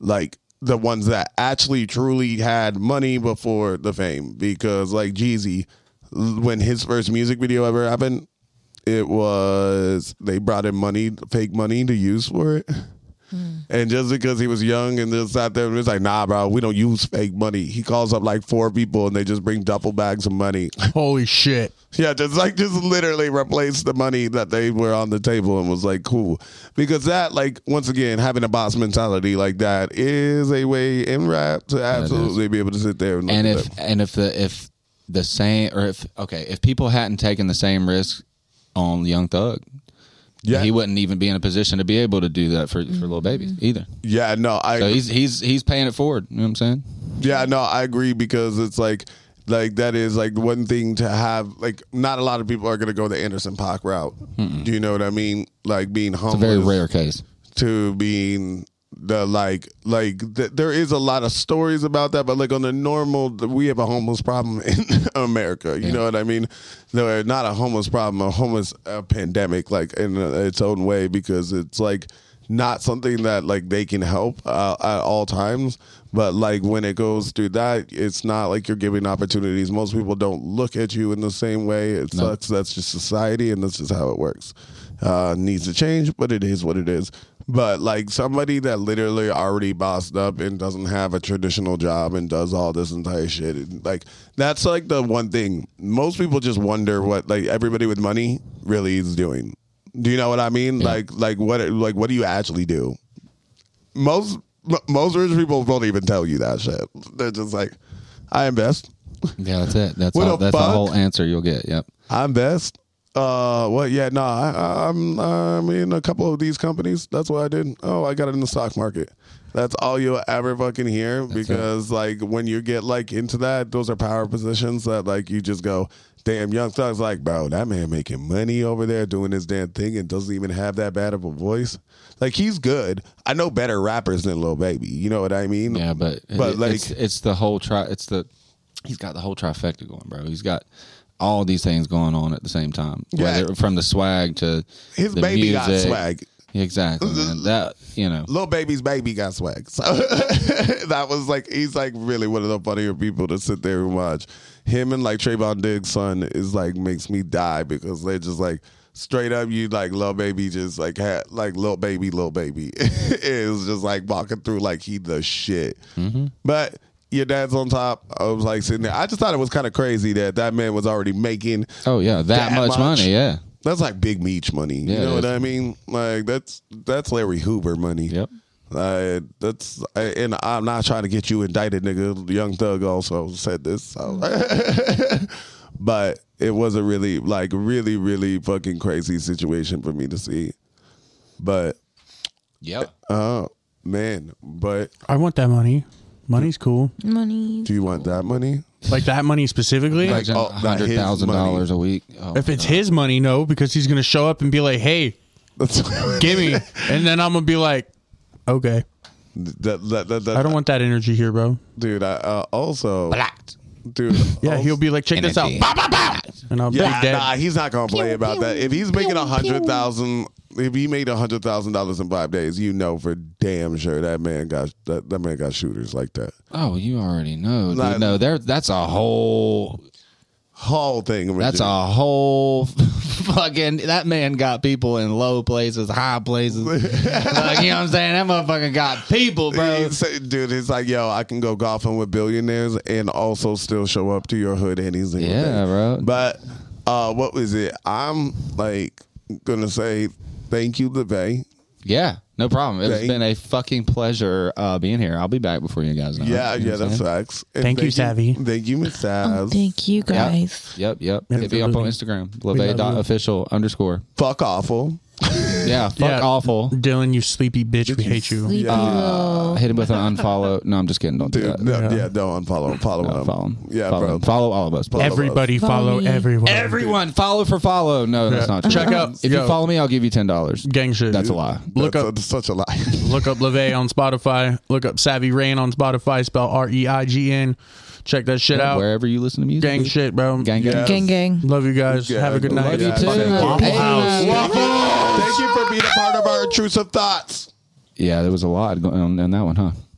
B: like the ones that actually truly had money before the fame because like Jeezy l- when his first music video ever happened it was they brought in money fake money to use for it <laughs> and just because he was young and just out there, it's like, nah, bro, we don't use fake money. He calls up like four people and they just bring duffel bags of money. <laughs>
D: Holy shit.
B: yeah, just like just literally replace the money that they were on the table and was like, cool. Because that, like, once again, having a boss mentality like that is a way in rap to absolutely be able to sit there and, look
E: and
B: at
E: if
B: that.
E: and if the if the same or if okay, if people hadn't taken the same risk on Young Thug,
B: yeah,
E: he wouldn't even be in a position to be able to do that for for little babies either.
B: yeah, no, I
E: So he's he's he's paying it forward. You know what I'm saying?
B: Yeah, no, I agree because it's like like that is like one thing to have like not a lot of people are gonna go the Anderson Park route. Do you know what I mean? Like being
E: It's a
B: humble
E: very rare case.
B: to being the like like th- there is a lot of stories about that but like on the normal th- we have a homeless problem <laughs> in america you know what i mean no not a homeless problem a homeless uh, pandemic like in uh, its own way because it's like not something that like they can help uh, at all times but like when it goes through that it's not like you're giving opportunities most people don't look at you in the same way it sucks that's just society and this is how it works uh, needs to change, but it is what it is. But like somebody that literally already bossed up and doesn't have a traditional job and does all this entire shit, and, like that's like the one thing most people just wonder what like everybody with money really is doing. Do you know what I mean? Like like what like what do you actually do? Most m- most rich people won't even tell you that shit. They're just like, I invest.
E: Yeah, that's it. That's
B: What
E: all,
B: the
E: that's the
B: fuck?
E: whole answer you'll get. Yep.
B: I invest. Uh, well, yeah, no, I, I'm I'm in a couple of these companies. That's what I did. Oh, I got it in the stock market. That's all you'll ever fucking hear because like when you get like into that, those are power positions that like you just go, damn, young thug's like, bro, that man making money over there doing his damn thing and doesn't even have that bad of a voice. Like he's good. I know better rappers than Lil Baby. You know what I mean?
E: Yeah, but
B: But,
E: it-
B: like-
E: it's, it's the whole tri. It's the he's got the whole trifecta going, bro. He's got all these things going on at the same time.
B: Yeah.
E: Whether from the swag to
B: His
E: the
B: baby got
E: music.
B: swag.
E: Exactly. man. That you know.
B: Little baby's baby got swag. So <laughs> that was like he's like really one of the funnier people to sit there and watch. Him and like Trayvon Diggs' son is like makes me die because they're just like straight up you like little baby just like had like little baby little baby <laughs> is just like walking through like he the shit. But your dad's on top. I was like sitting there. I just thought it was kind of crazy that that man was already making
E: Oh yeah, that, much, money. Yeah.
B: that's like big meech money.
E: Yeah,
B: you know
E: it
B: what
E: is.
B: I mean? Like that's that's Larry Hoover money.
E: Yep.
B: Uh, that's and I'm not trying to get you indicted, nigga. Young Thug also said this, so. <laughs> but it was a really like really really fucking crazy situation for me to see. But
E: Yeah.
B: uh man, but
D: I want that money. Money's cool.
F: Money.
B: do you want that money? <laughs>
D: Like that money specifically.
B: Like,
E: Imagine
B: oh, not his
E: hundred thousand dollars a week. Oh,
D: if it's his money, no, because he's gonna show up and be like, "Hey,
B: That's
D: gimme," and then I'm gonna be like, "Okay,
B: that, that, that, that,
D: I don't want that energy here, bro."
B: dude. I uh, also dude.
D: Yeah,
B: also-
D: he'll be like, "Check this out," Bow, bow, bow. and I'll
B: Yeah,
D: be dead.
B: nah, he's not gonna play about that. If he's making a hundred thousand, if he made a hundred thousand dollars in five days, you know for damn sure that man got that, that man got shooters like that
E: oh, you already know. dude.
B: Like-
E: no, there. That's a whole.
B: whole thing.
E: That's
B: Richard.
E: a whole <laughs> fucking. That man got people in low places, high <laughs> places. like, you know what I'm saying? That motherfucker got people, bro.
B: He said- dude, it's like, yo, I can go golfing with billionaires and also still show up to your hood any single
E: Yeah,
B: day.
E: bro.
B: But uh, what was it? I'm like gonna say thank you,
E: Uh,
B: LeVay.
E: Yeah, no problem. It's
B: Thank-
E: been a fucking pleasure uh, being here. I'll be back before you guys know.
B: Yeah,
E: You know
B: yeah,
E: what I'm
B: that's
E: saying?
B: facts. And
D: Thank you, Savvy.
B: Thank you, Miss Savs.
F: <laughs> Thank you guys.
E: Yep, yep. Hit me up on Instagram, leve.official underscore.
B: Fuck awful.
E: Yeah, fuck
D: Yeah.
E: awful.
D: Dylan, you sleepy bitch. We hate you.
F: Sleepy little.
E: Hit him with an unfollow. No, I'm just kidding. Don't do
B: Dude,
E: that.
B: no, yeah, don't unfollow him. Follow
E: No,
B: him.
E: follow him.
B: Yeah,
E: follow,
B: bro.
E: him. follow all of us. please.
B: Follow
D: Everybody follow,
F: Follow me.
D: everyone.
E: Everyone, follow for follow. No, that's not true.
D: Check out-
E: If
D: yo.
E: you follow me, I'll give you ten dollars.
D: Gang shit.
E: That's a lie.
D: Look
B: That's
D: up,
B: a- such a lie.
D: look up Leve on Spotify. Look up Savvy Rain on Spotify. Spell R E I G N. Check that shit out.
E: Wherever you listen to music,
D: Gang shit, bro.
E: gang, gang.
B: Yeah.
F: Gang gang.
D: Love you guys.
B: Yeah,
D: Have a good
B: love
D: night.
B: you
E: You
B: Yeah,
E: too.
B: fucking
E: Waffle House.
B: <laughs> Thank you for being a part of our intrusive thoughts.
E: Yeah, there was a lot going on in that one, huh?